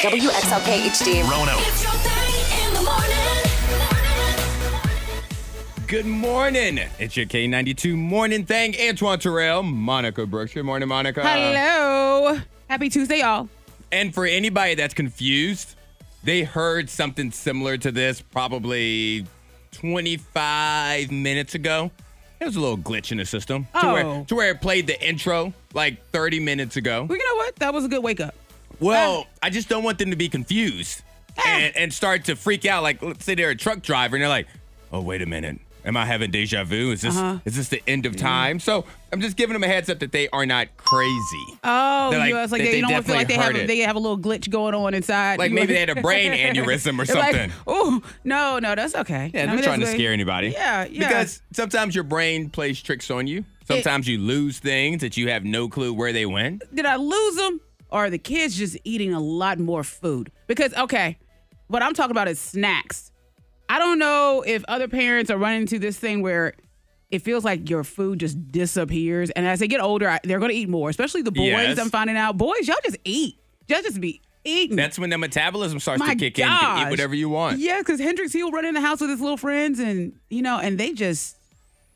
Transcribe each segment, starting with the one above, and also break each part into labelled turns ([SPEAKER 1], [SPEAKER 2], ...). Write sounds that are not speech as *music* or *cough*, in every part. [SPEAKER 1] WXLK HD.
[SPEAKER 2] Rono.
[SPEAKER 3] It's your thing in the morning.
[SPEAKER 4] Good morning. It's your K92 morning thing. Antoine Terrell, Monica Brooks. Good morning, Monica.
[SPEAKER 5] Hello. Happy Tuesday, y'all.
[SPEAKER 4] And for anybody that's confused, they heard something similar to this probably 25 minutes ago. There was a little glitch in the system to, where,
[SPEAKER 5] Oh.
[SPEAKER 4] to where it played the intro like 30 minutes ago.
[SPEAKER 5] Well, you know what? That was a good wake up.
[SPEAKER 4] Well, I just don't want them to be confused and, and start to freak out. Like, let's say they're a truck driver and they're like, "Oh, wait a minute, am I having deja vu? Is this
[SPEAKER 5] Uh-huh.
[SPEAKER 4] is this the end of time?" So I'm just giving them a heads up that they are not crazy.
[SPEAKER 5] Oh,
[SPEAKER 4] They're
[SPEAKER 5] you
[SPEAKER 4] like-
[SPEAKER 5] know, it's like
[SPEAKER 4] they-
[SPEAKER 5] they,
[SPEAKER 4] they
[SPEAKER 5] you don't feel like
[SPEAKER 4] definitely
[SPEAKER 5] they have
[SPEAKER 4] heard
[SPEAKER 5] a,
[SPEAKER 4] it.
[SPEAKER 5] they have a little glitch going on inside.
[SPEAKER 4] Like,
[SPEAKER 5] You
[SPEAKER 4] maybe
[SPEAKER 5] know?
[SPEAKER 4] they
[SPEAKER 5] *laughs*
[SPEAKER 4] had a brain aneurysm or
[SPEAKER 5] It's like,
[SPEAKER 4] something.
[SPEAKER 5] Ooh, no, no, that's okay.
[SPEAKER 4] yeah,
[SPEAKER 5] I
[SPEAKER 4] I'm
[SPEAKER 5] mean,
[SPEAKER 4] not trying to
[SPEAKER 5] that's good.
[SPEAKER 4] scare anybody.
[SPEAKER 5] Yeah, yeah.
[SPEAKER 4] Because sometimes your brain plays tricks on you. Sometimes you lose things that you have no clue where they went.
[SPEAKER 5] did I lose them or are the kids just eating a lot more food? Because okay, what I'm talking about is snacks. I don't know if other parents are running into this thing where it feels like your food just disappears, and as they get older, I, they're going to eat more, especially the boys.
[SPEAKER 4] Yes.
[SPEAKER 5] I'm finding out, boys, y'all just eat, y'all just be eating.
[SPEAKER 4] That's when the metabolism starts
[SPEAKER 5] my
[SPEAKER 4] to kick in. You
[SPEAKER 5] gosh.
[SPEAKER 4] can eat whatever you want.
[SPEAKER 5] Yeah, because Hendrix, he'll run in the house with his little friends, and you know, and they just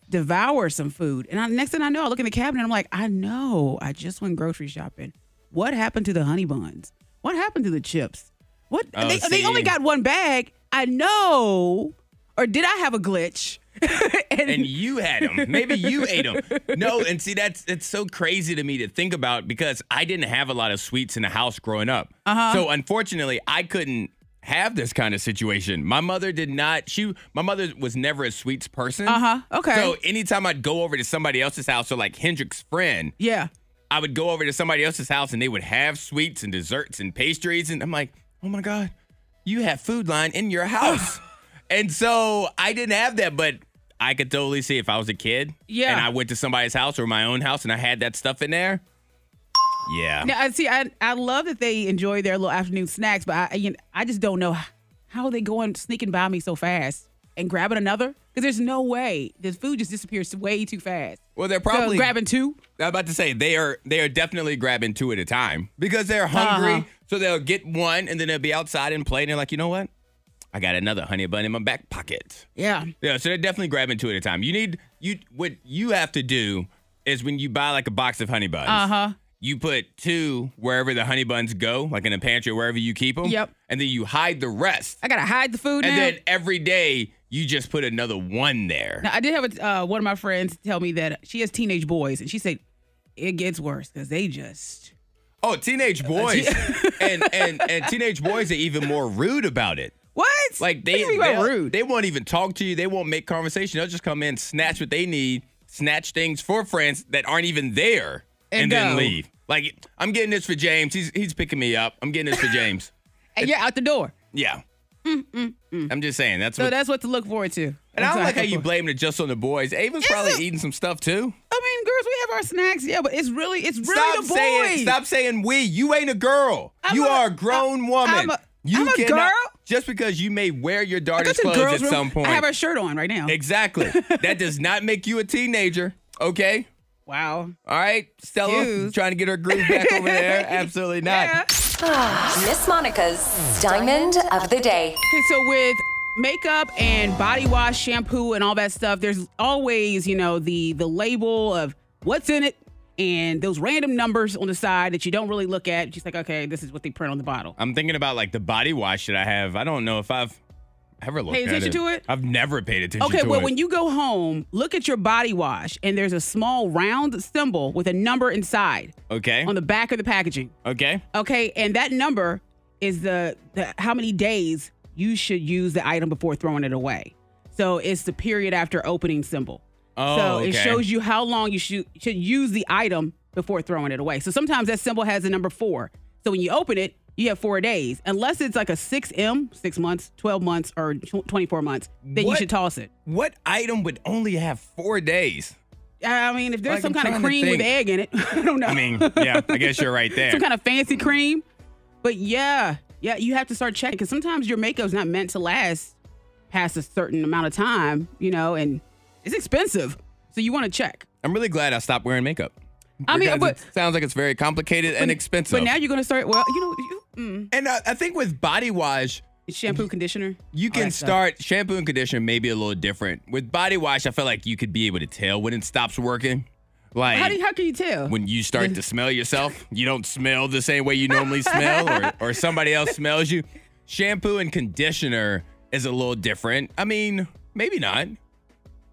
[SPEAKER 5] devour some food. And I, next thing I know, I look in the cabinet. I'm like, I know, I just went grocery shopping. What happened to the honey buns? What happened to the chips? What
[SPEAKER 4] Oh,
[SPEAKER 5] they, they only
[SPEAKER 4] see.
[SPEAKER 5] got one bag. I know, or did I have a glitch? *laughs* and, *laughs*
[SPEAKER 4] and you had them. Maybe you ate them. No, and see that's it's so crazy to me to think about because I didn't have a lot of sweets in the house growing up. Uh-huh. So unfortunately, I couldn't have this kind of situation. My mother did not. She my mother was never a sweets person. Uh
[SPEAKER 5] Uh-huh, okay.
[SPEAKER 4] So anytime I'd go over to somebody else's house, or like Hendrick's friend,
[SPEAKER 5] yeah,
[SPEAKER 4] I would go over to somebody else's house and they would have sweets and desserts and pastries. And I'm like, oh my God, you have food line in your
[SPEAKER 5] *sighs*
[SPEAKER 4] house. and so I didn't have that, but I could totally see if I was a kid
[SPEAKER 5] Yeah.
[SPEAKER 4] and I went to somebody's house or my own house and I had that stuff in there. Yeah.
[SPEAKER 5] Now, I see. I I love that they enjoy their little afternoon snacks, but I I- you know, I just don't know how are they going sneaking by me so fast and grabbing another because there's no way this food just disappears way too fast.
[SPEAKER 4] Well, they're
[SPEAKER 5] So,
[SPEAKER 4] probably
[SPEAKER 5] grabbing two.
[SPEAKER 4] I'm about to say they are they are definitely grabbing two at a time because they're hungry.
[SPEAKER 5] Uh-huh.
[SPEAKER 4] So they'll get one and then they'll be outside and play and they're like, you know what? I got another honey bun in my back pocket.
[SPEAKER 5] Yeah.
[SPEAKER 4] Yeah, so they're definitely grabbing two at a time. You need you what you have to do is when you buy like a box of honey buns.
[SPEAKER 5] Uh-huh.
[SPEAKER 4] You put two wherever the honey buns go, like in a pantry or wherever you keep them.
[SPEAKER 5] Yep.
[SPEAKER 4] And then you hide the rest.
[SPEAKER 5] I gotta hide the food
[SPEAKER 4] And
[SPEAKER 5] now.
[SPEAKER 4] then every day you just put another one there.
[SPEAKER 5] Now, I did have a, uh, one of my friends tell me that she has teenage boys, and she said it gets worse because they just
[SPEAKER 4] Oh,
[SPEAKER 5] *laughs*
[SPEAKER 4] teenage boys and, and and teenage boys are even more rude about it.
[SPEAKER 5] what
[SPEAKER 4] Like
[SPEAKER 5] What
[SPEAKER 4] they
[SPEAKER 5] do you mean by
[SPEAKER 4] they'll-
[SPEAKER 5] rude.
[SPEAKER 4] They won't even talk to you. They won't make conversation. They'll just come in, snatch what they need, snatch things for friends that aren't even there, and,
[SPEAKER 5] And
[SPEAKER 4] then
[SPEAKER 5] go.
[SPEAKER 4] leave. Like I'm getting this for James. He's he's picking me up. I'm getting this for
[SPEAKER 5] *laughs*
[SPEAKER 4] James.
[SPEAKER 5] and you're out the door.
[SPEAKER 4] Yeah. I'm just saying that's
[SPEAKER 5] So
[SPEAKER 4] what.
[SPEAKER 5] that's what to look forward to.
[SPEAKER 4] and I don't like how you
[SPEAKER 5] Exactly.
[SPEAKER 4] blamed it just on the boys. Ava's probably
[SPEAKER 5] It's a-
[SPEAKER 4] eating some stuff too.
[SPEAKER 5] I mean, girls, we have our snacks, yeah, but it's really, it's really
[SPEAKER 4] stop
[SPEAKER 5] the boys.
[SPEAKER 4] saying stop saying we. You ain't a girl.
[SPEAKER 5] I'm
[SPEAKER 4] you
[SPEAKER 5] a-
[SPEAKER 4] are a grown
[SPEAKER 5] I'm-
[SPEAKER 4] woman.
[SPEAKER 5] I'm a-
[SPEAKER 4] you
[SPEAKER 5] I'm a
[SPEAKER 4] cannot-
[SPEAKER 5] girl?
[SPEAKER 4] Just because you may wear your
[SPEAKER 5] I go
[SPEAKER 4] daughter's
[SPEAKER 5] to the
[SPEAKER 4] clothes
[SPEAKER 5] girls'
[SPEAKER 4] at
[SPEAKER 5] room.
[SPEAKER 4] some point.
[SPEAKER 5] I have our shirt on right now.
[SPEAKER 4] Exactly. that does not make you a teenager. Okay.
[SPEAKER 5] wow.
[SPEAKER 4] All right. Stella
[SPEAKER 5] Excuse.
[SPEAKER 4] trying to get her groove back over there. Absolutely not.
[SPEAKER 5] *laughs* Yeah.
[SPEAKER 1] Miss Monica's Diamond of the Day.
[SPEAKER 5] Okay, so with makeup and body wash, shampoo, and all that stuff, there's always, you know, the the label of what's in it and those random numbers on the side that you don't really look at. She's like, okay, this is what they print on the bottle.
[SPEAKER 4] I'm thinking about like the body wash that I have. I don't know if I've ever looked
[SPEAKER 5] Pay
[SPEAKER 4] at
[SPEAKER 5] attention
[SPEAKER 4] it.
[SPEAKER 5] to it?
[SPEAKER 4] I've never paid attention
[SPEAKER 5] Okay,
[SPEAKER 4] to
[SPEAKER 5] well,
[SPEAKER 4] it.
[SPEAKER 5] when you go home, look at your body wash, and there's a small round symbol with a number inside
[SPEAKER 4] okay.
[SPEAKER 5] on the back of the packaging.
[SPEAKER 4] okay.
[SPEAKER 5] Okay, and that number is the, the how many days you should use the item before throwing it away. So it's the period after opening symbol.
[SPEAKER 4] Oh,
[SPEAKER 5] so it
[SPEAKER 4] okay.
[SPEAKER 5] shows you how long you should should use the item before throwing it away. So sometimes that symbol has the number four. So when you open it, you have four days, unless it's like a six M, six months, twelve months, or tw- twenty four months. Then you
[SPEAKER 4] What?
[SPEAKER 5] should toss it.
[SPEAKER 4] What item would only have four days?
[SPEAKER 5] I mean, if there's
[SPEAKER 4] Like,
[SPEAKER 5] some
[SPEAKER 4] I'm
[SPEAKER 5] kind of
[SPEAKER 4] trying to
[SPEAKER 5] cream with
[SPEAKER 4] think.
[SPEAKER 5] egg in it, *laughs* I don't know.
[SPEAKER 4] I mean, yeah, I guess you're right there.
[SPEAKER 5] some kind of fancy cream. But yeah, yeah, you have to start checking because sometimes your makeup's not meant to last past a certain amount of time, you know, and it's expensive. So you want to check.
[SPEAKER 4] I'm really glad I stopped wearing makeup.
[SPEAKER 5] I mean,
[SPEAKER 4] Because
[SPEAKER 5] but-
[SPEAKER 4] it sounds like it's very complicated and expensive.
[SPEAKER 5] But now you're going to start, well, you know, you,
[SPEAKER 4] And I, I think with body wash,
[SPEAKER 5] Shampoo, conditioner.
[SPEAKER 4] you
[SPEAKER 5] all
[SPEAKER 4] can
[SPEAKER 5] that stuff.
[SPEAKER 4] start shampoo and conditioner maybe a little different. With body wash, I feel like you could be able to tell when it stops working. Like
[SPEAKER 5] How do you, how can you tell?
[SPEAKER 4] when you start to smell yourself, you don't smell the same way you
[SPEAKER 5] *laughs*
[SPEAKER 4] normally smell, or, or somebody else smells you. Shampoo and conditioner is a little different. I mean, maybe not.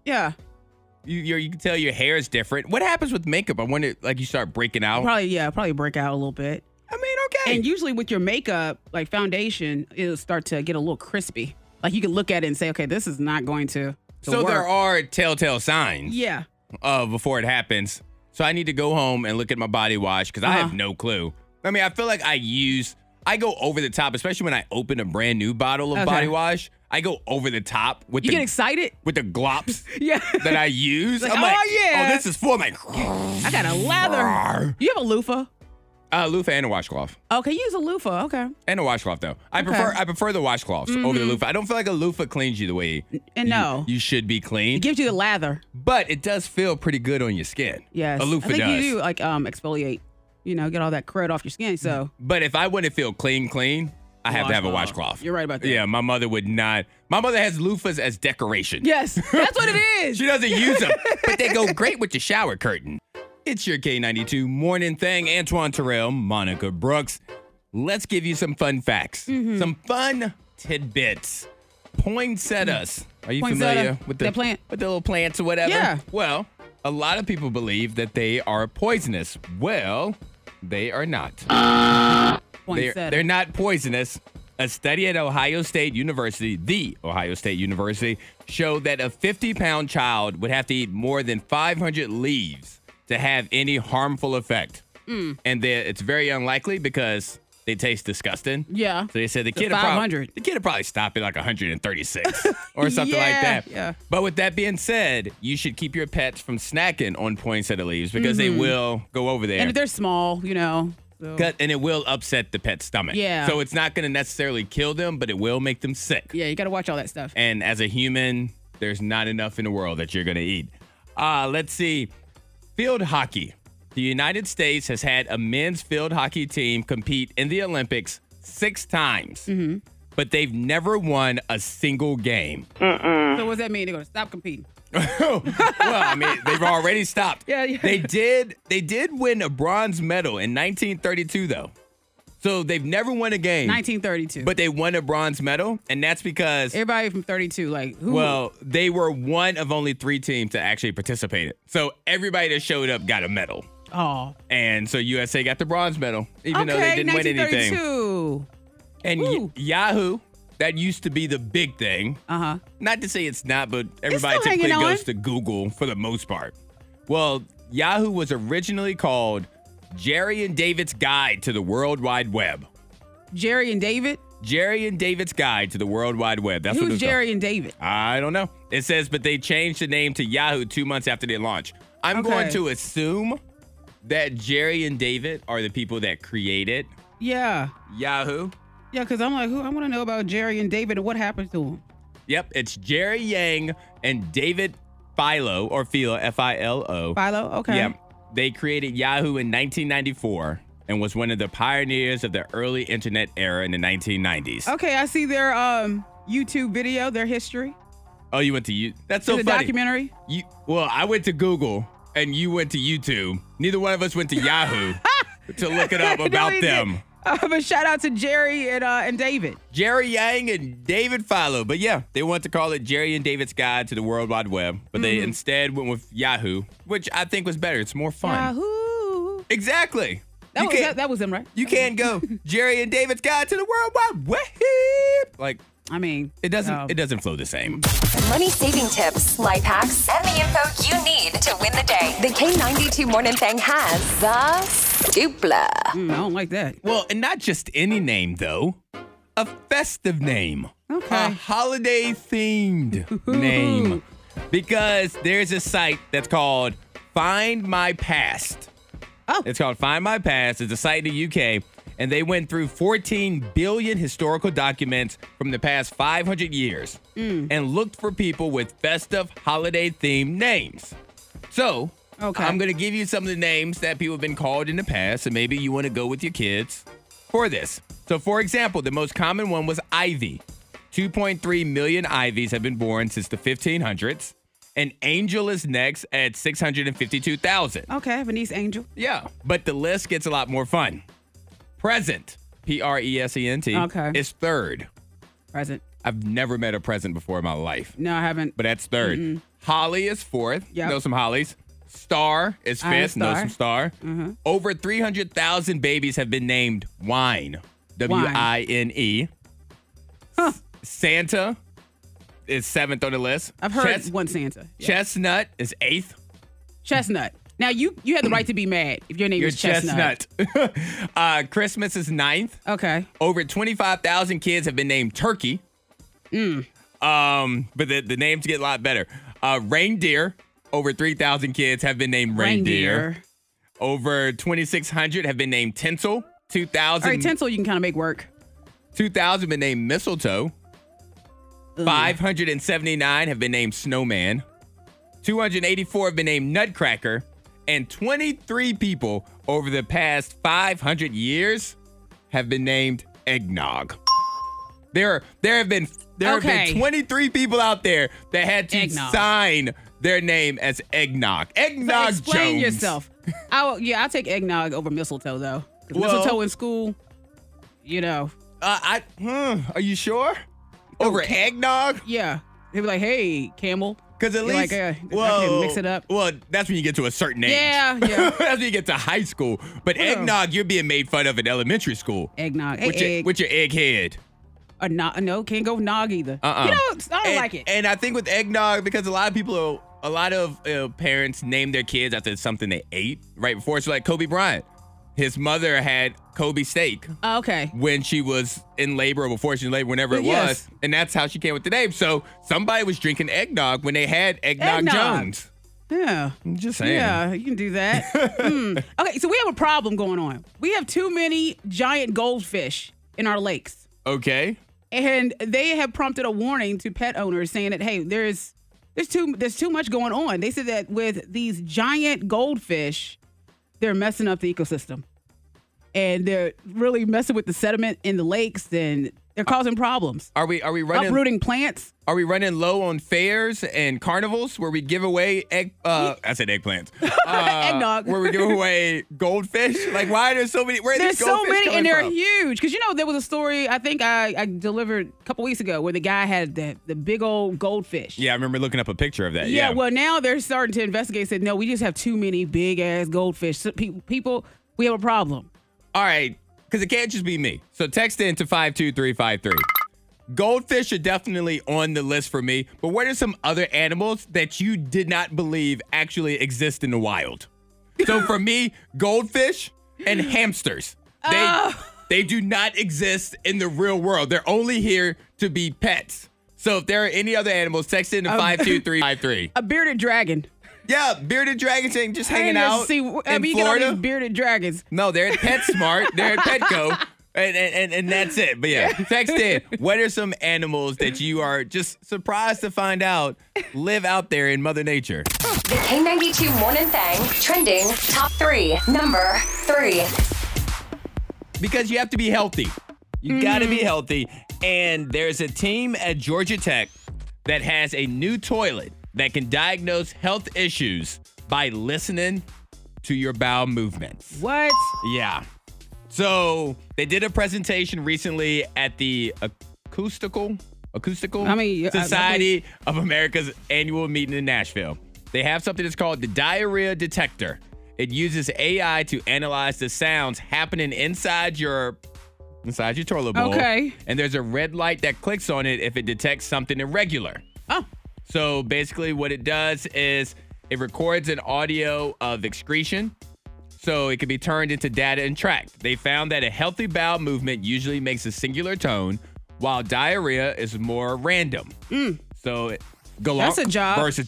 [SPEAKER 5] yeah.
[SPEAKER 4] You you're, you can tell your hair is different. What happens with makeup? I wonder, like you start breaking out.
[SPEAKER 5] Probably yeah. Probably break out a little bit.
[SPEAKER 4] I mean, okay.
[SPEAKER 5] And usually with your makeup, like foundation, it'll start to get a little crispy. Like you can look at it and say, okay, this is not going to. to
[SPEAKER 4] so there
[SPEAKER 5] work.
[SPEAKER 4] are telltale signs.
[SPEAKER 5] Yeah.
[SPEAKER 4] uh, before it happens. So I need to go home and look at my body wash because I have
[SPEAKER 5] Uh-huh.
[SPEAKER 4] no clue. I mean, I feel like I use, I go over the top, especially when I open a brand new bottle of
[SPEAKER 5] Okay.
[SPEAKER 4] body wash. I go over the top with
[SPEAKER 5] You
[SPEAKER 4] the
[SPEAKER 5] get excited. *laughs*
[SPEAKER 4] with the glops
[SPEAKER 5] Yeah.
[SPEAKER 4] that I use.
[SPEAKER 5] Like,
[SPEAKER 4] I'm
[SPEAKER 5] "Oh,
[SPEAKER 4] like,
[SPEAKER 5] yeah."
[SPEAKER 4] oh, this is full.
[SPEAKER 5] *laughs*
[SPEAKER 4] I'm like,
[SPEAKER 5] I got a lather. You have a loofah.
[SPEAKER 4] uh, loofah and a washcloth.
[SPEAKER 5] Okay, use a loofah. Okay.
[SPEAKER 4] And a washcloth though. I prefer I prefer the washcloths over the loofah. I don't feel like a loofah cleans you the way
[SPEAKER 5] And Mm-hmm. no,
[SPEAKER 4] you should be
[SPEAKER 5] it
[SPEAKER 4] clean,
[SPEAKER 5] gives you the lather.
[SPEAKER 4] but it does feel pretty good on your skin.
[SPEAKER 5] Yes.
[SPEAKER 4] a loofah
[SPEAKER 5] I think
[SPEAKER 4] does.
[SPEAKER 5] you do like um exfoliate. You know, get all that crud off your skin. So
[SPEAKER 4] But if I want to feel clean, clean, I have to have a
[SPEAKER 5] Washcloth.
[SPEAKER 4] washcloth.
[SPEAKER 5] You're right about that.
[SPEAKER 4] Yeah, my mother would not. My mother has loofahs as decoration.
[SPEAKER 5] yes, that's what it
[SPEAKER 4] *laughs*
[SPEAKER 5] is.
[SPEAKER 4] She doesn't use
[SPEAKER 5] *laughs*
[SPEAKER 4] them, but they go great with the shower curtain. It's your K92 morning thing. Antoine Terrell, Monica Brooks. Let's give you some fun facts,
[SPEAKER 5] Mm-hmm.
[SPEAKER 4] some fun tidbits. Poinsettias. Are you
[SPEAKER 5] Poinsettia,
[SPEAKER 4] familiar with the
[SPEAKER 5] that plant.
[SPEAKER 4] With the little plants or whatever?
[SPEAKER 5] Yeah.
[SPEAKER 4] Well, a lot of people believe that they are poisonous. Well, they are not. They're,
[SPEAKER 5] Poinsettia.
[SPEAKER 4] they're not poisonous. A study at Ohio State University, the Ohio State University, showed that a 50 pound child would have to eat more than 500 leaves to have any harmful effect.
[SPEAKER 5] Mm.
[SPEAKER 4] And they- it's very unlikely because they taste disgusting.
[SPEAKER 5] Yeah.
[SPEAKER 4] So they said the
[SPEAKER 5] So
[SPEAKER 4] kid, will probably,
[SPEAKER 5] 500.
[SPEAKER 4] the kid will probably stop at like
[SPEAKER 5] *laughs*
[SPEAKER 4] 136 or something
[SPEAKER 5] Yeah,
[SPEAKER 4] like that.
[SPEAKER 5] yeah.
[SPEAKER 4] But with that being said, you should keep your pets from snacking on poinsettia leaves because they will go over there.
[SPEAKER 5] Mm-hmm. and if they're small, you know. so-
[SPEAKER 4] Cut- and it will upset the pet's stomach.
[SPEAKER 5] Yeah.
[SPEAKER 4] So it's not going to necessarily kill them, but it will make them sick.
[SPEAKER 5] Yeah, you got to watch all that stuff.
[SPEAKER 4] And as a human, there's not enough in the world that you're going to eat. Uh, let's see. Field hockey. The United States has had a men's field hockey team compete in the Olympics six times,
[SPEAKER 5] Mm-hmm.
[SPEAKER 4] but they've never won a single game. *laughs* Mm.
[SPEAKER 5] So what does that mean? They're gonna stop competing.
[SPEAKER 4] well, I mean, they've already stopped.
[SPEAKER 5] Yeah, yeah.
[SPEAKER 4] They did. They did win a bronze medal in 1932, though. So they've never won a game.
[SPEAKER 5] 1932.
[SPEAKER 4] But they won a bronze medal, and that's because
[SPEAKER 5] everybody from 32, like who?
[SPEAKER 4] well, they were one of only three teams to actually participate. It. So everybody that showed up got a medal,
[SPEAKER 5] oh,
[SPEAKER 4] and so USA got the bronze medal, even
[SPEAKER 5] okay,
[SPEAKER 4] though they didn't win anything.
[SPEAKER 5] 1932.
[SPEAKER 4] And y-
[SPEAKER 5] Woo.
[SPEAKER 4] Yahoo, that used to be the big thing.
[SPEAKER 5] Uh huh.
[SPEAKER 4] Not to say it's not, but everybody
[SPEAKER 5] still
[SPEAKER 4] typically
[SPEAKER 5] hanging
[SPEAKER 4] goes
[SPEAKER 5] on.
[SPEAKER 4] to Google for the most part. Well, Yahoo was originally called Jerry and David's Guide to the World Wide Web.
[SPEAKER 5] Jerry and David.
[SPEAKER 4] Jerry and David's Guide to the World Wide Web. That's what
[SPEAKER 5] Who's
[SPEAKER 4] it's called.
[SPEAKER 5] Jerry and David?
[SPEAKER 4] I don't know. It says, but they changed the name to Yahoo two months after their launch. I'm
[SPEAKER 5] Okay.
[SPEAKER 4] going to assume that Jerry and David are the people that created
[SPEAKER 5] Yeah,
[SPEAKER 4] Yahoo.
[SPEAKER 5] yeah. Because I'm like, who? I want to know about Jerry and David and what happened to them.
[SPEAKER 4] Yep, it's Jerry Yang and David Philo or Philo, F I L O.
[SPEAKER 5] Philo. Okay.
[SPEAKER 4] Yep. They created Yahoo in 1994 and was one of the pioneers of the early internet era in the 1990s.
[SPEAKER 5] Okay, I see their um YouTube video, their history.
[SPEAKER 4] Oh, you went to you. That's so
[SPEAKER 5] the
[SPEAKER 4] funny. *laughs*
[SPEAKER 5] documentary.
[SPEAKER 4] You well, I went to Google and you went to YouTube. Neither one of us went to
[SPEAKER 5] *laughs*
[SPEAKER 4] Yahoo to look it up
[SPEAKER 5] No,
[SPEAKER 4] about
[SPEAKER 5] he didn't.
[SPEAKER 4] them.
[SPEAKER 5] Uh, but shout out to Jerry and uh, and David.
[SPEAKER 4] Jerry Yang and David Philo. But yeah, they want to call it Jerry and David's Guide to the World Wide Web. But they
[SPEAKER 5] Mm-hmm.
[SPEAKER 4] instead went with Yahoo, which I think was better. It's more fun.
[SPEAKER 5] Yahoo.
[SPEAKER 4] Exactly.
[SPEAKER 5] That
[SPEAKER 4] you
[SPEAKER 5] was
[SPEAKER 4] can't,
[SPEAKER 5] that, that was them, right?
[SPEAKER 4] you can't
[SPEAKER 5] *laughs*
[SPEAKER 4] go Jerry and David's Guide to the World Wide Web. Like
[SPEAKER 5] I mean,
[SPEAKER 4] it doesn't
[SPEAKER 5] um,
[SPEAKER 4] it doesn't flow the same.
[SPEAKER 1] Money saving tips, life hacks, and the info you need to win the day. The K92 Morning Thing has the dupla.
[SPEAKER 5] mm, I don't like that.
[SPEAKER 4] Well, and not just any name though, a festive name,
[SPEAKER 5] Okay.
[SPEAKER 4] a holiday themed name, because there's a site that's called Find My Past.
[SPEAKER 5] Oh.
[SPEAKER 4] it's called Find My Past. It's a site in the UK, and they went through 14 billion historical documents from the past 500 years and looked for people with festive holiday themed names. So,
[SPEAKER 5] Okay.
[SPEAKER 4] I'm going to give you some of the names that people have been called in the past, and maybe you want to go with your kids for this. So, for example, the most common one was ivy. 2.3 million ivies have been born since the 1500s, and angel is next at 652,000.
[SPEAKER 5] Okay, Venice Angel.
[SPEAKER 4] Yeah, but the list gets a lot more fun. Present, P R E S E N T,
[SPEAKER 5] Okay.
[SPEAKER 4] is third.
[SPEAKER 5] Present.
[SPEAKER 4] I've never met a present before in my life,
[SPEAKER 5] No, I haven't.
[SPEAKER 4] but that's 3rd Holly is fourth.
[SPEAKER 5] Mm-hmm. Yep.
[SPEAKER 4] Know some Hollies. Star is
[SPEAKER 5] I have
[SPEAKER 4] fifth. Know
[SPEAKER 5] Star. Mm-hmm.
[SPEAKER 4] some Star. Over 300,000 babies have been named Wine, W I N E.
[SPEAKER 5] Huh.
[SPEAKER 4] Santa is seventh on the list.
[SPEAKER 5] I've heard
[SPEAKER 4] Chest-
[SPEAKER 5] one Santa. Yeah.
[SPEAKER 4] Chestnut is eighth.
[SPEAKER 5] Chestnut. Now you you had the right to be mad if your name
[SPEAKER 4] Your
[SPEAKER 5] is Chestnut.
[SPEAKER 4] chestnut. *laughs* uh, Christmas is ninth.
[SPEAKER 5] Okay.
[SPEAKER 4] Over 25,000 kids have been named Turkey.
[SPEAKER 5] Mm.
[SPEAKER 4] Um, but the, the names get a lot better. Uh, reindeer. Over 3,000 kids have been named reindeer. Over 2,600 have been named tinsel. 2,000
[SPEAKER 5] All right, tinsel you can kind of make work.
[SPEAKER 4] 2,000 been named mistletoe.
[SPEAKER 5] Mm.
[SPEAKER 4] 579 have been named snowman. 284 have been named nutcracker. And 23 people over the past 500 years have been named eggnog. There, are, there have been there have
[SPEAKER 5] Okay.
[SPEAKER 4] been 23 people out there that had to
[SPEAKER 5] Eggnog.
[SPEAKER 4] sign their name as eggnog. Eggnog
[SPEAKER 5] Explain
[SPEAKER 4] Jones.
[SPEAKER 5] yourself. I yeah, I'll take eggnog over mistletoe though. 'Cause
[SPEAKER 4] Well-
[SPEAKER 5] mistletoe in school, you know,
[SPEAKER 4] Uh, I, hmm, are you sure? Over eggnog?
[SPEAKER 5] yeah. They'd be like, "Hey, camel."
[SPEAKER 4] Because at
[SPEAKER 5] You're
[SPEAKER 4] least,
[SPEAKER 5] like, uh, I can
[SPEAKER 4] Whoa.
[SPEAKER 5] mix it up.
[SPEAKER 4] Well, that's when you get to a certain age.
[SPEAKER 5] Yeah, yeah.
[SPEAKER 4] *laughs* that's when you get to high school. But eggnog, you're being made fun of in elementary school.
[SPEAKER 5] Eggnog. Hey,
[SPEAKER 4] With, your,
[SPEAKER 5] E-, egg.
[SPEAKER 4] with your egghead.
[SPEAKER 5] or not, no, can't go with nog either.
[SPEAKER 4] Uh-uh.
[SPEAKER 5] You know, I don't
[SPEAKER 4] and,
[SPEAKER 5] like it.
[SPEAKER 4] And I think with eggnog, because a lot of people, are, a lot of uh, parents name their kids after something they ate right before. So like Kobe Bryant, his mother had Kobe steak
[SPEAKER 5] Oh, okay.
[SPEAKER 4] when she was in labor or before she was in labor, whenever it
[SPEAKER 5] Yes.
[SPEAKER 4] was, and that's how she came with the name. So somebody was drinking eggnog when they had eggnog,
[SPEAKER 5] Eggnog.
[SPEAKER 4] Jones.
[SPEAKER 5] Yeah.
[SPEAKER 4] I'm just saying.
[SPEAKER 5] Yeah, you can
[SPEAKER 4] *laughs*
[SPEAKER 5] do that. Hmm. Okay, so we have a problem going on. We have too many giant goldfish in our lakes.
[SPEAKER 4] Okay.
[SPEAKER 5] And they have prompted a warning to pet owners saying that hey, there's there's too there's too much going on. They said that with these giant goldfish, they're messing up the ecosystem. And they're really messing with the sediment in the lakes and they're causing problems.
[SPEAKER 4] Are we are we running
[SPEAKER 5] Uprooting plants.
[SPEAKER 4] are we running low on fairs and carnivals where we give away egg uh
[SPEAKER 5] *laughs*
[SPEAKER 4] I said eggplants. Uh,
[SPEAKER 5] Eggnog.
[SPEAKER 4] Where we
[SPEAKER 5] *laughs*
[SPEAKER 4] give away goldfish? Like why are there so many where are
[SPEAKER 5] There's
[SPEAKER 4] these
[SPEAKER 5] so
[SPEAKER 4] goldfish
[SPEAKER 5] many,
[SPEAKER 4] coming
[SPEAKER 5] and they're
[SPEAKER 4] from?
[SPEAKER 5] huge. Because you know, there was a story I think I, I delivered a couple weeks ago where the guy had the, the big old goldfish.
[SPEAKER 4] Yeah, I remember looking up a picture of that.
[SPEAKER 5] Yeah,
[SPEAKER 4] Yeah.
[SPEAKER 5] well, now they're starting to investigate. Said, no, we just have too many big ass goldfish. So pe- people, we have a problem.
[SPEAKER 4] All right, cuz it can't just be me. So text in to 52353. Goldfish are definitely on the list for me, but what are some other animals that you did not believe actually exist in the wild? So for me, goldfish and hamsters. They
[SPEAKER 5] Oh.
[SPEAKER 4] they do not exist in the real world. They're only here to be pets. So if there are any other animals, text in to
[SPEAKER 5] Um, *laughs*
[SPEAKER 4] 52353.
[SPEAKER 5] A bearded dragon.
[SPEAKER 4] Yeah, bearded dragon thing just
[SPEAKER 5] um, I
[SPEAKER 4] hanging
[SPEAKER 5] didn't
[SPEAKER 4] out
[SPEAKER 5] See, I
[SPEAKER 4] in
[SPEAKER 5] mean, you get all
[SPEAKER 4] Florida.
[SPEAKER 5] these bearded dragons.
[SPEAKER 4] No, they're at PetSmart. they're at Petco. And, and, and, and that's it. But yeah, text in. What are some animals that you are just surprised to find out live out there in Mother Nature?
[SPEAKER 1] The K92 Morning Thang trending top three. Number three.
[SPEAKER 4] Because you have to be healthy. You gotta be healthy. And there's a team at Georgia Tech that has a new toilet that can diagnose health issues by listening to your bowel movements.
[SPEAKER 5] *laughs* What?
[SPEAKER 4] Yeah. So they did a presentation recently at the acoustical acoustical
[SPEAKER 5] I mean, I- I think-
[SPEAKER 4] Society of America's annual meeting in Nashville. They have something that's called the diarrhea detector. It uses AI to analyze the sounds happening inside your inside your toilet bowl.
[SPEAKER 5] Okay.
[SPEAKER 4] And there's a red light that clicks on it if it detects something irregular.
[SPEAKER 5] Oh,
[SPEAKER 4] So basically, what it does is it records an audio of excretion. So it can be turned into data and tracked. They found that a healthy bowel movement usually makes a singular tone, while diarrhea is more random. So it, go
[SPEAKER 5] Hmm. That's
[SPEAKER 4] on-
[SPEAKER 5] a job.
[SPEAKER 4] Versus,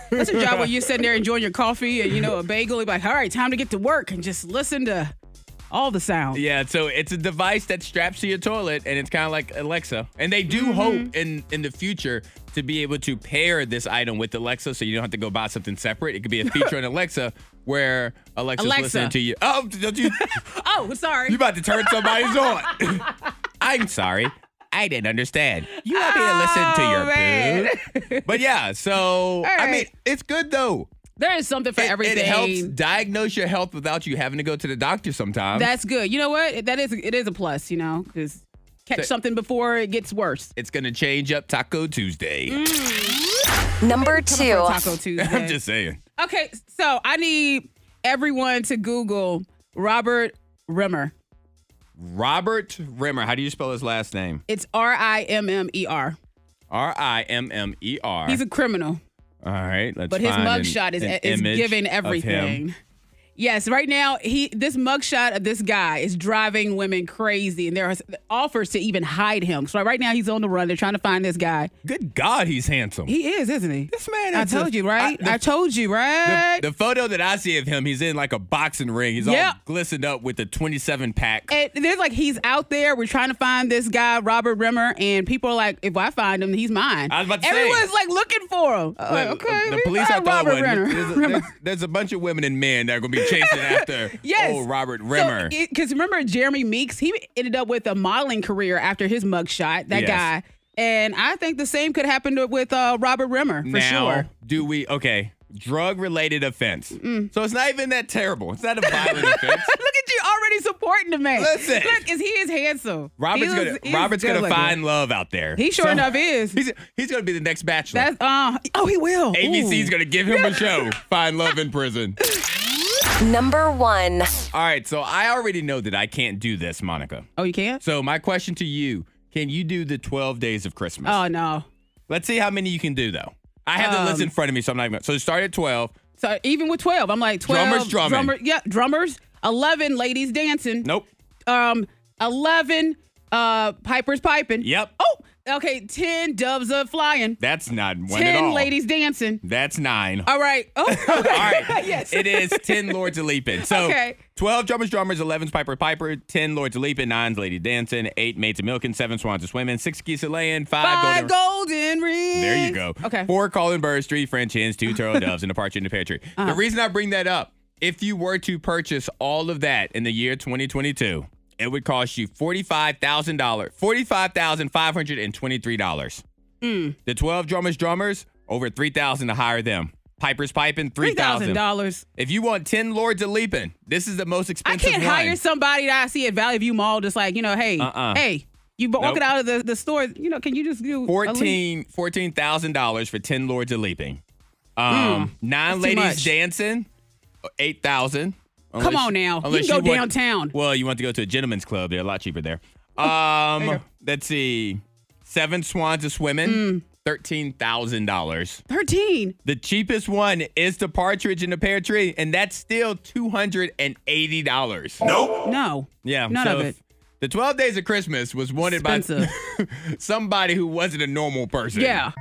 [SPEAKER 4] *laughs*
[SPEAKER 5] that's a job where you're sitting there enjoying your coffee and you know a bagel. You're like, all right, time to get to work and just listen to all the sounds.
[SPEAKER 4] Yeah, so it's a device that straps to your toilet, and it's kind of like Alexa. And they
[SPEAKER 5] Mm-hmm.
[SPEAKER 4] do hope in in the future to be able to pair this item with Alexa, so you don't have to go buy something separate. It could be a
[SPEAKER 5] *laughs*
[SPEAKER 4] feature in Alexa where Alexa's
[SPEAKER 5] Alexa.
[SPEAKER 4] listening to you. Oh, don't you?
[SPEAKER 5] Oh, sorry.
[SPEAKER 4] You about to turn somebody's on? *laughs* I'm sorry. I didn't understand. You want me to listen to your
[SPEAKER 5] Oh, man.
[SPEAKER 4] boo? But yeah, so I mean,
[SPEAKER 5] right.
[SPEAKER 4] it's good though.
[SPEAKER 5] there is something for
[SPEAKER 4] It-
[SPEAKER 5] everything.
[SPEAKER 4] It helps diagnose your health without you having to go to the doctor sometimes.
[SPEAKER 5] That's good. You know what? That is it is a plus. You know, because catch something before it gets worse.
[SPEAKER 4] it's gonna change up Taco Tuesday.
[SPEAKER 5] Mm-hmm.
[SPEAKER 1] Number
[SPEAKER 5] Coming
[SPEAKER 1] two.
[SPEAKER 5] for *laughs* Taco Tuesday.
[SPEAKER 4] I'm just saying.
[SPEAKER 5] okay, so I need everyone to Google Robert Rimmer.
[SPEAKER 4] Robert Rimmer. How do you spell his last name?
[SPEAKER 5] It's R I M M E R.
[SPEAKER 4] R I M M E R.
[SPEAKER 5] He's a criminal,
[SPEAKER 4] All right, let's.
[SPEAKER 5] but his
[SPEAKER 4] find an-
[SPEAKER 5] mugshot is
[SPEAKER 4] an
[SPEAKER 5] is
[SPEAKER 4] image
[SPEAKER 5] giving
[SPEAKER 4] of him.
[SPEAKER 5] everything. Yes, right now he this mugshot of this guy is driving women crazy, and there are offers to even hide him. So right now he's on the run. They're trying to find this guy.
[SPEAKER 4] Good God, he's handsome.
[SPEAKER 5] He is, isn't he?
[SPEAKER 4] This man
[SPEAKER 5] I
[SPEAKER 4] is a-
[SPEAKER 5] told you, right?
[SPEAKER 4] I-
[SPEAKER 5] I,
[SPEAKER 4] the-
[SPEAKER 5] told you, right?
[SPEAKER 4] the, the photo that I see of him, he's in like a boxing ring. He's
[SPEAKER 5] Yeah.
[SPEAKER 4] all glistened up with a 27 pack.
[SPEAKER 5] and there's like he's out there. We're trying to find this guy, Robert Rimmer, and people are like, if I find him, he's mine.
[SPEAKER 4] I was about to say.
[SPEAKER 5] Everyone's like looking for him. I'm like,
[SPEAKER 4] Look,
[SPEAKER 5] okay,
[SPEAKER 4] the
[SPEAKER 5] we
[SPEAKER 4] police
[SPEAKER 5] found
[SPEAKER 4] after all
[SPEAKER 5] Robert
[SPEAKER 4] went,
[SPEAKER 5] *laughs* Rimmer.
[SPEAKER 4] There's, a- there's, there's a bunch of women and men that are gonna be
[SPEAKER 5] *laughs*
[SPEAKER 4] chasing after
[SPEAKER 5] Yes.
[SPEAKER 4] old oh, Robert Rimmer.
[SPEAKER 5] Because remember Jeremy Meeks, he ended up with a modeling career after his mugshot. That
[SPEAKER 4] Yes.
[SPEAKER 5] guy. And I think the same could happen to, with uh, Robert Rimmer for
[SPEAKER 4] now,
[SPEAKER 5] sure. *laughs*
[SPEAKER 4] do we? Okay, drug related offense. So it's not even that terrible. It's not a
[SPEAKER 5] *laughs*
[SPEAKER 4] violent offense.
[SPEAKER 5] Look at you already supporting the man.
[SPEAKER 4] Listen.
[SPEAKER 5] Look, is he is handsome.
[SPEAKER 4] Robert's
[SPEAKER 5] He was-
[SPEAKER 4] gonna
[SPEAKER 5] he's
[SPEAKER 4] Robert's gonna
[SPEAKER 5] good-looking.
[SPEAKER 4] find love out there.
[SPEAKER 5] He sure
[SPEAKER 4] So-
[SPEAKER 5] enough
[SPEAKER 4] *laughs*
[SPEAKER 5] is.
[SPEAKER 4] He's he's gonna be the next bachelor.
[SPEAKER 5] That's uh oh he will.
[SPEAKER 4] ABC's
[SPEAKER 5] Ooh.
[SPEAKER 4] gonna give him a
[SPEAKER 5] *laughs*
[SPEAKER 4] show. Find love in prison.
[SPEAKER 1] Number one.
[SPEAKER 4] All right, so I already know that I can't do this, Monica.
[SPEAKER 5] Oh, you can't?
[SPEAKER 4] So my question to you: Can you do the 12 days of Christmas?
[SPEAKER 5] Oh Um, no.
[SPEAKER 4] Let's see how many you can do though. I have the list in front of me, so I'm not even. So start at 12.
[SPEAKER 5] So even with twelve, I'm like twelve
[SPEAKER 4] Drummers drumming.
[SPEAKER 5] drummer- yeah, drummers. Eleven ladies dancing.
[SPEAKER 4] Nope.
[SPEAKER 5] Um, eleven uh pipers piping.
[SPEAKER 4] Yep.
[SPEAKER 5] Oh, okay. Ten doves are flying.
[SPEAKER 4] That's not one at
[SPEAKER 5] Ten
[SPEAKER 4] all.
[SPEAKER 5] ladies dancing.
[SPEAKER 4] That's nine.
[SPEAKER 5] All right. Oh,
[SPEAKER 4] *laughs*
[SPEAKER 5] all
[SPEAKER 4] All right.
[SPEAKER 5] *laughs* yes.
[SPEAKER 4] It is 10 Lords of Leaping. So
[SPEAKER 5] Okay.
[SPEAKER 4] 12 drummers, drummers, 11's Piper, Piper, 10 Lords of Leaping, 9's Lady Dancing, 8 Maids of Milking, 7 Swans of Swimming, 6 Geese of Laying, 5,
[SPEAKER 5] Five
[SPEAKER 4] Golden.
[SPEAKER 5] golden rings.
[SPEAKER 4] there you go.
[SPEAKER 5] Okay.
[SPEAKER 4] Four calling birds, three French hens, two
[SPEAKER 5] *laughs*
[SPEAKER 4] turtle doves, and a partridge in the pear tree. The
[SPEAKER 5] Uh-huh.
[SPEAKER 4] reason I bring that up, if you were to purchase all of that in the year 2022, it would cost you $45,000, $45,523.
[SPEAKER 5] Mm.
[SPEAKER 4] The 12 drummers, drummers, over 3000 to hire them. Piper's piping,
[SPEAKER 5] Three thousand
[SPEAKER 4] 3000
[SPEAKER 5] dollars.
[SPEAKER 4] if you want 10 Lords of Leaping, this is the most
[SPEAKER 5] I
[SPEAKER 4] expensive
[SPEAKER 5] can't
[SPEAKER 4] one.
[SPEAKER 5] hire somebody that I see at Valley View Mall. Just like you know, hey,
[SPEAKER 4] Uh-uh.
[SPEAKER 5] hey, you walking
[SPEAKER 4] Nope.
[SPEAKER 5] out of the, the store. You know, can you just do a leap?
[SPEAKER 4] 14 $14,000 for 10 Lords of Leaping. Um, Nine
[SPEAKER 5] Hmm, too
[SPEAKER 4] Ladies
[SPEAKER 5] much.
[SPEAKER 4] Dancing, 8000
[SPEAKER 5] Come
[SPEAKER 4] Unless-
[SPEAKER 5] on now. You can
[SPEAKER 4] unless
[SPEAKER 5] go
[SPEAKER 4] want-
[SPEAKER 5] downtown.
[SPEAKER 4] well, you want to go to a gentleman's club. They're a lot cheaper there. Um,
[SPEAKER 5] you go. Hmm.
[SPEAKER 4] Let's see. Seven Swans of Swimming, $13,000.
[SPEAKER 5] Thirteen.
[SPEAKER 4] The cheapest one is the Partridge in the Pear Tree, and that's still $280.
[SPEAKER 5] No.
[SPEAKER 4] Yeah,
[SPEAKER 5] None
[SPEAKER 4] so
[SPEAKER 5] of
[SPEAKER 4] if
[SPEAKER 5] it.
[SPEAKER 4] The 12 Days of Christmas was wanted
[SPEAKER 5] Expensive.
[SPEAKER 4] by *laughs* somebody who wasn't a normal person.
[SPEAKER 5] Yeah.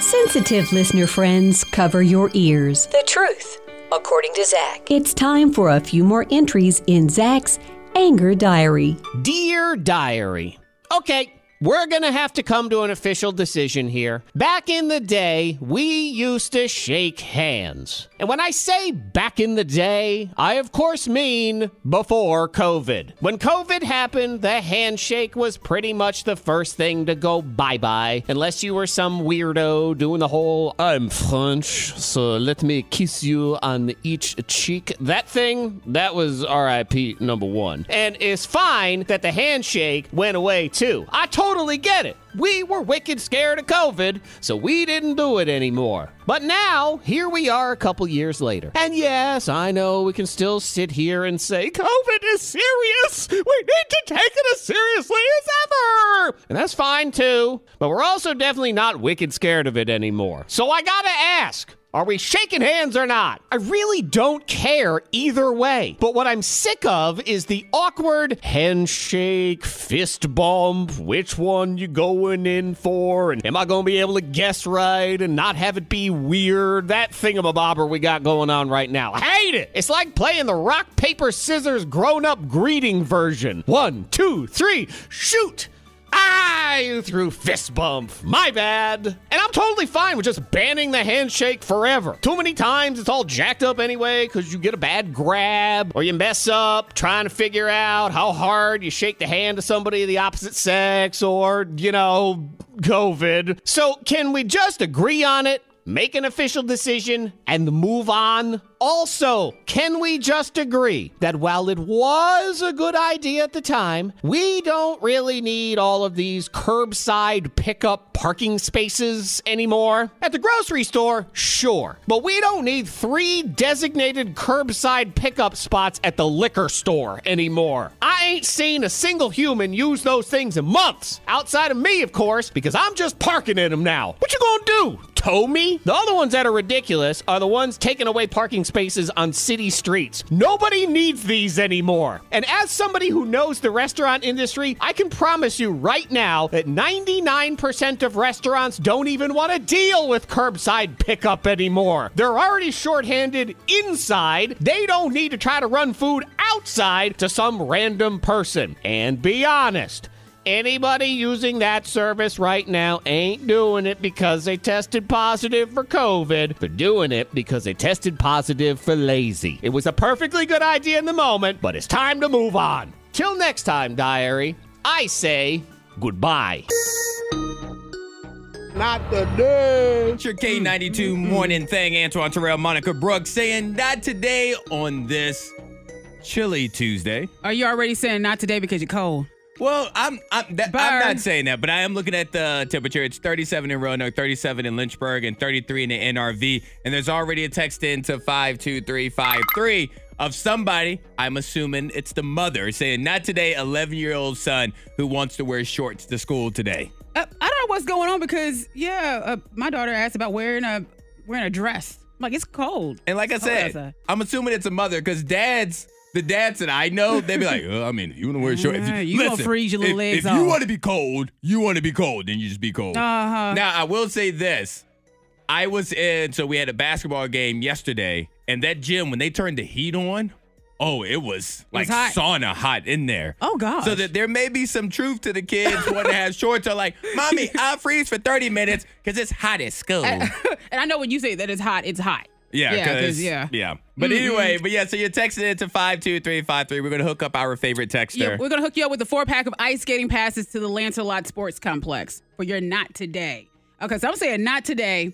[SPEAKER 2] Sensitive listener friends, cover your ears.
[SPEAKER 6] The truth, according to Zach.
[SPEAKER 2] It's time for a few more entries in Zach's anger diary.
[SPEAKER 7] Dear Diary. Okay, we're gonna have to come to an official decision here. Back in the day, we used to shake hands. And when I say back in the day, I of course mean before COVID. When COVID happened, the handshake was pretty much the first thing to go bye bye, unless you were some weirdo doing the whole I'm French, so let me kiss you on each cheek. That thing, that was RIP number one. And it's fine that the handshake went away too. I totally get it. We were wicked scared of COVID, so we didn't do it anymore. But now, here we are a couple years later. And yes, I know we can still sit here and say, COVID is serious. We need to take it as seriously as ever. And that's fine too. But we're also definitely not wicked scared of it anymore. So I gotta ask Are we shaking hands or not? I really don't care either way. But what I'm sick of is the awkward handshake, fist bump, which one you going in for, and am I going to be able to guess right and not have it be weird? That thingamabobber we got going on right now. I hate it. It's like playing the rock, paper, scissors grown up greeting version. One, two, three, shoot! Ah, you threw fist bump. My bad. And I'm totally fine with just banning the handshake forever. Too many times it's all jacked up anyway because you get a bad grab or you mess up trying to figure out how hard you shake the hand of somebody of the opposite sex or, you know, COVID. So can we just agree on it? Make an official decision and move on. Also, can we just agree that while it was a good idea at the time, we don't really need all of these curbside pickup parking spaces anymore? At the grocery store, sure, but we don't need three designated curbside pickup spots at the liquor store anymore. I ain't seen a single human use those things in months, outside of me, of course, because I'm just parking in them now. What you gonna do? tow me? The other ones that are ridiculous are the ones taking away parking spaces on city streets. Nobody needs these anymore. And as somebody who knows the restaurant industry, I can promise you right now that 99% of restaurants don't even want to deal with curbside pickup anymore. They're already shorthanded inside. They don't need to try to run food outside to some random person. And be honest, Anybody using that service right now ain't doing it because they tested positive for COVID. They're doing it because they tested positive for lazy. It was a perfectly good idea in the moment, but it's time to move on. Till next time, diary, I say goodbye.
[SPEAKER 8] Not today.
[SPEAKER 4] It's your K92
[SPEAKER 5] Mm.
[SPEAKER 4] morning thing. Antoine Terrell, Monica Brooks saying not today on this chilly Tuesday.
[SPEAKER 5] Are you already saying not today because you're cold?
[SPEAKER 4] Well, I'm I'm, that, I'm
[SPEAKER 5] Burn.
[SPEAKER 4] not saying that, but I am looking at the temperature. It's 37 in Roanoke, 37 in Lynchburg, and 33 in the NRV. And there's already a text in to 52353 of somebody, I'm assuming it's the mother, saying, Not today, 11 year old son who wants to wear shorts to school today.
[SPEAKER 5] Uh, I don't know what's going on because yeah, uh, my daughter asked about wearing a wearing a dress. I'm like it's cold.
[SPEAKER 4] And like I
[SPEAKER 5] Cold
[SPEAKER 4] said,
[SPEAKER 5] outside.
[SPEAKER 4] I'm assuming it's a mother because dads, the dads that I know, they'd be like,
[SPEAKER 5] *laughs*
[SPEAKER 4] oh, I mean, if you want to wear shorts, if
[SPEAKER 5] Yeah, you gonna
[SPEAKER 4] listen,
[SPEAKER 5] freeze your little
[SPEAKER 4] if,
[SPEAKER 5] legs
[SPEAKER 4] If you
[SPEAKER 5] off."
[SPEAKER 4] want to be cold, you want to be cold, then you just be cold.
[SPEAKER 5] Uh-huh.
[SPEAKER 4] Now, I will say this. I was in, so we had a basketball game yesterday, and that gym, when they turned the heat on, oh, it was like
[SPEAKER 5] hot.
[SPEAKER 4] sauna hot in there.
[SPEAKER 5] Oh, gosh.
[SPEAKER 4] So that there may be some truth to the kids wanting to have shorts are like,
[SPEAKER 5] *laughs*
[SPEAKER 4] Mommy, I'll freeze for 30 minutes because it's hot at school.
[SPEAKER 5] *laughs* and I know when you say that it's hot, it's hot.
[SPEAKER 4] Yeah,
[SPEAKER 5] yeah,
[SPEAKER 4] 'cause-
[SPEAKER 5] yeah. Mm-hmm.
[SPEAKER 4] yeah. But anyway, but yeah, so you're texting it to five two three five three. We're gonna hook up our favorite
[SPEAKER 5] Yeah,
[SPEAKER 4] texter.
[SPEAKER 5] we're gonna hook you up with a four pack of ice skating passes to the Lancelot Sports Complex for your not today. Okay, so I'm saying not today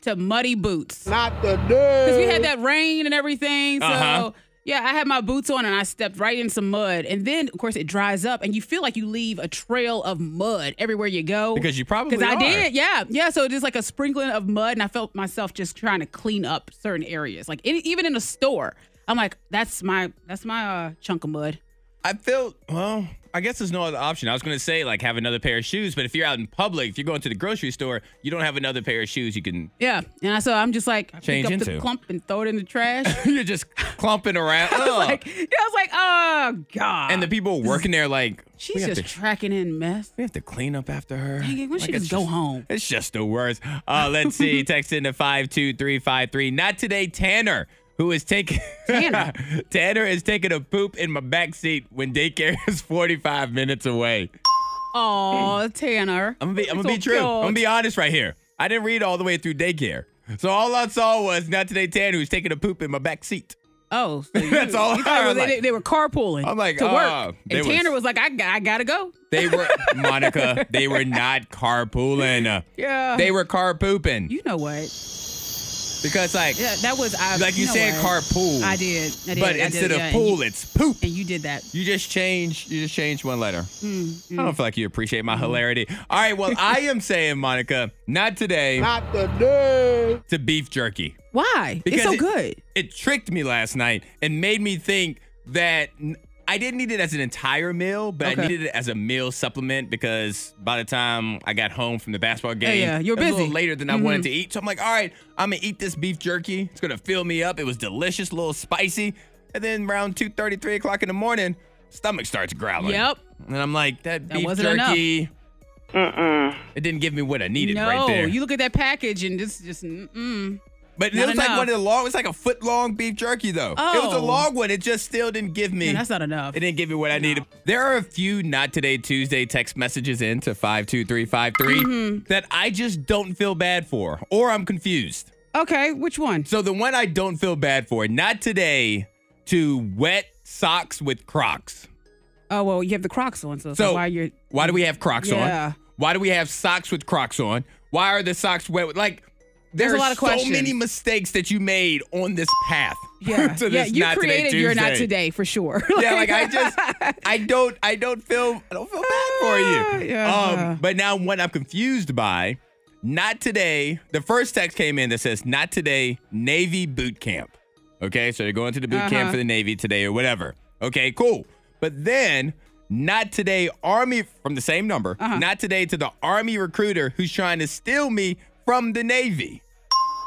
[SPEAKER 5] to muddy boots
[SPEAKER 8] Not today.
[SPEAKER 5] because we had that rain and everything. So
[SPEAKER 4] Uh-huh.
[SPEAKER 5] yeah, I had my boots on and I stepped right in some mud, and then of course it dries up, and you feel like you leave a trail of mud everywhere you go
[SPEAKER 4] Because you probably
[SPEAKER 5] because I
[SPEAKER 4] are.
[SPEAKER 5] did, yeah, yeah. So just like a sprinkling of mud, and I felt myself just trying to clean up certain areas, like in, even in a store. I'm like, that's my that's my uh, chunk of mud.
[SPEAKER 4] I feel well. I guess there's no other option. I was gonna say like have another pair of shoes, but if you're out in public, if you're going to the grocery store, you don't have another pair of shoes. You can *laughs*
[SPEAKER 5] Yeah, and I so I'm just like I pick
[SPEAKER 4] Change
[SPEAKER 5] up
[SPEAKER 4] into.
[SPEAKER 5] the clump and throw it in the trash. *laughs*
[SPEAKER 4] you're just clumping around. Ugh.
[SPEAKER 5] like yeah, *laughs* I was like, oh god.
[SPEAKER 4] and the people working there like we
[SPEAKER 5] she's
[SPEAKER 4] have
[SPEAKER 5] just
[SPEAKER 4] to-
[SPEAKER 5] tracking in mess.
[SPEAKER 4] We have to clean up after her.
[SPEAKER 5] Dang it, we should
[SPEAKER 4] it's
[SPEAKER 5] just go home.
[SPEAKER 4] It's just the worst. Uh, let's
[SPEAKER 5] *laughs*
[SPEAKER 4] see. Text into 52353. Not today, Tanner, who is taking *laughs*
[SPEAKER 5] Tanner?
[SPEAKER 4] Tanner is taking a poop in my back seat when daycare is 45 minutes away.
[SPEAKER 5] Oh, Tanner.
[SPEAKER 4] I'm gonna Mm. be, I'm gonna
[SPEAKER 5] So
[SPEAKER 4] be true. I'm gonna
[SPEAKER 5] cute.
[SPEAKER 4] be honest right here. I didn't read all the way through daycare. So all I saw was not today, Tanner, who's taking a poop in my back seat. *laughs*
[SPEAKER 5] Oh, so you-
[SPEAKER 4] That's all
[SPEAKER 5] you
[SPEAKER 4] I
[SPEAKER 5] thought it was-
[SPEAKER 4] was like-
[SPEAKER 5] they, they were carpooling.
[SPEAKER 4] I'm like,
[SPEAKER 5] to work.
[SPEAKER 4] uh, they
[SPEAKER 5] and
[SPEAKER 4] was-
[SPEAKER 5] Tanner was like, I, got- I gotta go.
[SPEAKER 4] They
[SPEAKER 5] *laughs*
[SPEAKER 4] were Monica. They were not carpooling.
[SPEAKER 5] Yeah.
[SPEAKER 4] They were car pooping
[SPEAKER 5] You know what?
[SPEAKER 4] because like
[SPEAKER 5] Yeah, that was I.
[SPEAKER 4] Like you
[SPEAKER 5] know
[SPEAKER 4] said,
[SPEAKER 5] what?
[SPEAKER 4] carpool.
[SPEAKER 5] I did. I did. I
[SPEAKER 4] But
[SPEAKER 5] did,
[SPEAKER 4] instead of
[SPEAKER 5] yeah, and
[SPEAKER 4] pool,
[SPEAKER 5] you-
[SPEAKER 4] it's poop.
[SPEAKER 5] and you did that.
[SPEAKER 4] You just change. You just change one letter.
[SPEAKER 8] Hmm,
[SPEAKER 4] I don't feel like you appreciate my hilarity. All right. Well, I
[SPEAKER 8] *laughs*
[SPEAKER 4] am saying, Monica, not today
[SPEAKER 8] Not today.
[SPEAKER 4] to beef jerky.
[SPEAKER 5] Why?
[SPEAKER 4] Because
[SPEAKER 5] it's so
[SPEAKER 4] it-
[SPEAKER 5] good.
[SPEAKER 4] It tricked me last night and made me think that n- I didn't need it as an entire meal, but I needed it as a meal supplement because by the time I got home from the basketball game,
[SPEAKER 5] yeah, you were
[SPEAKER 4] it was a
[SPEAKER 5] busy. Mm-hmm.
[SPEAKER 4] little later than I wanted to eat. So I'm like, all right, I'm gonna eat this beef jerky. It's gonna fill me up. It was delicious, a little spicy. And then around 2 3 o'clock in the morning, stomach starts growling.
[SPEAKER 5] Yep.
[SPEAKER 4] And I'm like, that beef
[SPEAKER 5] wasn't enough.
[SPEAKER 4] jerky. It didn't give me what I needed
[SPEAKER 5] no,
[SPEAKER 4] right there.
[SPEAKER 5] you look at that package and just just mm.
[SPEAKER 4] but it
[SPEAKER 5] not
[SPEAKER 4] was like
[SPEAKER 5] enough.
[SPEAKER 4] one of the long, it was like a foot long beef jerky though. It was a
[SPEAKER 5] Oh.
[SPEAKER 4] long one. It just still didn't give me.
[SPEAKER 5] Man, that's not enough.
[SPEAKER 4] It didn't give me what I needed. There are a few not today Tuesday text messages in to 52353
[SPEAKER 5] Mm-hmm.
[SPEAKER 4] that I just don't feel bad for or I'm confused.
[SPEAKER 5] Okay, which one?
[SPEAKER 4] So the one I don't feel bad for, not today to wet socks with Crocs.
[SPEAKER 5] Oh well, you have the Crocs on, so, that's
[SPEAKER 4] So *laughs*
[SPEAKER 5] why you're
[SPEAKER 4] why do we have Crocs
[SPEAKER 5] Yeah.
[SPEAKER 4] on? Why do we have socks with Crocs on? Why are the socks wet? with- Like there
[SPEAKER 5] There's a
[SPEAKER 4] are
[SPEAKER 5] lot of
[SPEAKER 4] so many
[SPEAKER 5] questions.
[SPEAKER 4] mistakes that you made on this path.
[SPEAKER 5] yeah
[SPEAKER 4] *laughs* to
[SPEAKER 5] yeah
[SPEAKER 4] this
[SPEAKER 5] you
[SPEAKER 4] not today
[SPEAKER 5] created you're not
[SPEAKER 4] Tuesday.
[SPEAKER 5] today for sure.
[SPEAKER 4] *laughs* yeah, like I just, I don't, I don't feel, I don't feel bad for you.
[SPEAKER 5] Ah, Yeah.
[SPEAKER 4] Um, but now what I'm confused by, not today. The first text came in that says, "Not today, Navy boot camp." Okay, so they're going to the boot camp
[SPEAKER 5] Uh-huh.
[SPEAKER 4] for the Navy today or whatever. Okay, cool. But then, not today, Army from the same number.
[SPEAKER 5] Uh-huh.
[SPEAKER 4] Not today to the Army recruiter who's trying to steal me from the Navy.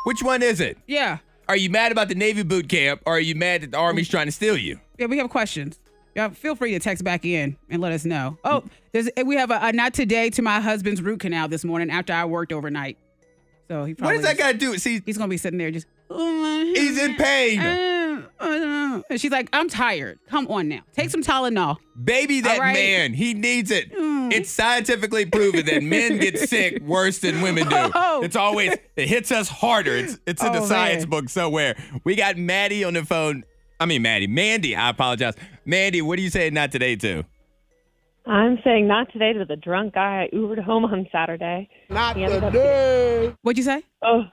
[SPEAKER 4] Which one is it?
[SPEAKER 5] *laughs* yeah
[SPEAKER 4] Are you mad about the Navy boot camp, or are you mad that the Army's trying to steal you?
[SPEAKER 5] yeah we have questions. Yeah, feel free to text back in and let us know. Oh, there's we have a, a not today to my husband's root canal this morning after I worked overnight. So he
[SPEAKER 4] What
[SPEAKER 5] probably
[SPEAKER 4] does that guy do? See,
[SPEAKER 5] He's gonna be sitting there just. "Oh,
[SPEAKER 4] he's in pain.
[SPEAKER 5] Uh, uh, And she's like, I'm tired. Come on now. Take some Tylenol.
[SPEAKER 4] Baby that
[SPEAKER 5] All right. Hmm.
[SPEAKER 4] man. He needs it. It's scientifically proven that men
[SPEAKER 5] *laughs*
[SPEAKER 4] get sick worse than women do.
[SPEAKER 5] Whoa.
[SPEAKER 4] It's always it hits us harder. It's it's in
[SPEAKER 5] Oh,
[SPEAKER 4] the science
[SPEAKER 5] man.
[SPEAKER 4] book somewhere. We got Maddie on the phone. I mean Maddie. Mandy, I apologize. Mandy, what are you saying not today to?
[SPEAKER 9] I'm saying not today to the drunk guy I Ubered home on Saturday.
[SPEAKER 8] Not
[SPEAKER 9] He ended up
[SPEAKER 8] today.
[SPEAKER 5] What'd you say?
[SPEAKER 9] Oh,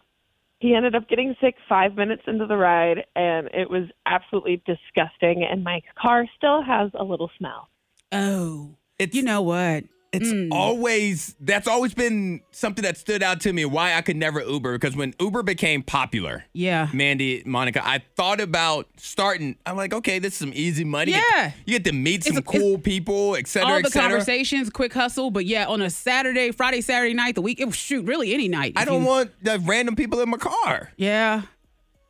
[SPEAKER 9] he ended up getting sick five minutes into the ride, and it was absolutely disgusting. And my car still has a little smell.
[SPEAKER 5] Oh, you know hmm. what?
[SPEAKER 4] It's always that's always been something that stood out to me why I could never Uber because when Uber became popular,
[SPEAKER 5] Yeah.
[SPEAKER 4] Mandy, Monica, I thought about starting. I'm like, okay, this is some easy money.
[SPEAKER 5] Yeah.
[SPEAKER 4] You get to meet some
[SPEAKER 5] It's a-
[SPEAKER 4] cool people, et cetera,
[SPEAKER 5] All
[SPEAKER 4] et
[SPEAKER 5] the
[SPEAKER 4] cetera.
[SPEAKER 5] conversations, quick hustle, but yeah, on a Saturday, Friday, Saturday night, the week, it, shoot, really any night.
[SPEAKER 4] I
[SPEAKER 5] if
[SPEAKER 4] don't
[SPEAKER 5] you-
[SPEAKER 4] want the random people in my car.
[SPEAKER 5] Yeah.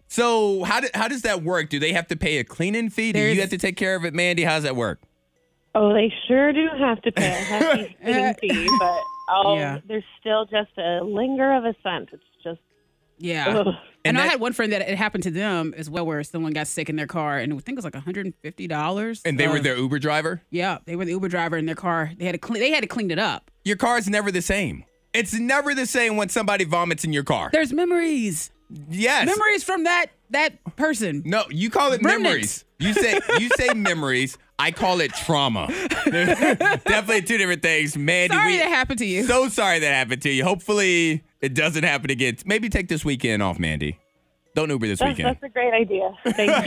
[SPEAKER 4] So how, do, how does that work? Do they have to pay a cleaning fee? Do
[SPEAKER 5] There's-
[SPEAKER 4] you have to take care of it, Mandy? How does that work?
[SPEAKER 9] Oh, they sure do have to pay
[SPEAKER 5] *laughs*
[SPEAKER 9] a hefty cleaning fee, but oh,
[SPEAKER 5] Yeah.
[SPEAKER 9] there's still just a linger of a scent. It's just *laughs* oh,
[SPEAKER 5] Yeah.
[SPEAKER 9] Ugh.
[SPEAKER 5] And,
[SPEAKER 4] And
[SPEAKER 5] I
[SPEAKER 4] that-
[SPEAKER 5] had one friend that it happened to them as well, where someone got sick in their car, and I think it was like $150.
[SPEAKER 4] And they were
[SPEAKER 5] of-
[SPEAKER 4] their Uber driver.
[SPEAKER 5] Yeah, they were the Uber driver in their car. They had to clean. They had to clean it up.
[SPEAKER 4] Your car's never the same. It's never the same when somebody vomits in your car.
[SPEAKER 5] There's memories,
[SPEAKER 4] yes.
[SPEAKER 5] memories from that that person.
[SPEAKER 4] No, you call it
[SPEAKER 5] Remnants.
[SPEAKER 4] memories. You say you
[SPEAKER 5] *laughs*
[SPEAKER 4] say memories. I call it trauma. *laughs* Definitely two different things, Mandy.
[SPEAKER 5] Sorry
[SPEAKER 4] we-
[SPEAKER 5] that happened to you.
[SPEAKER 4] *laughs* So sorry that happened to you. Hopefully it doesn't happen again. Maybe take this weekend off, Mandy. Don't Uber this
[SPEAKER 9] that's,
[SPEAKER 4] weekend.
[SPEAKER 9] that's a great idea. Thank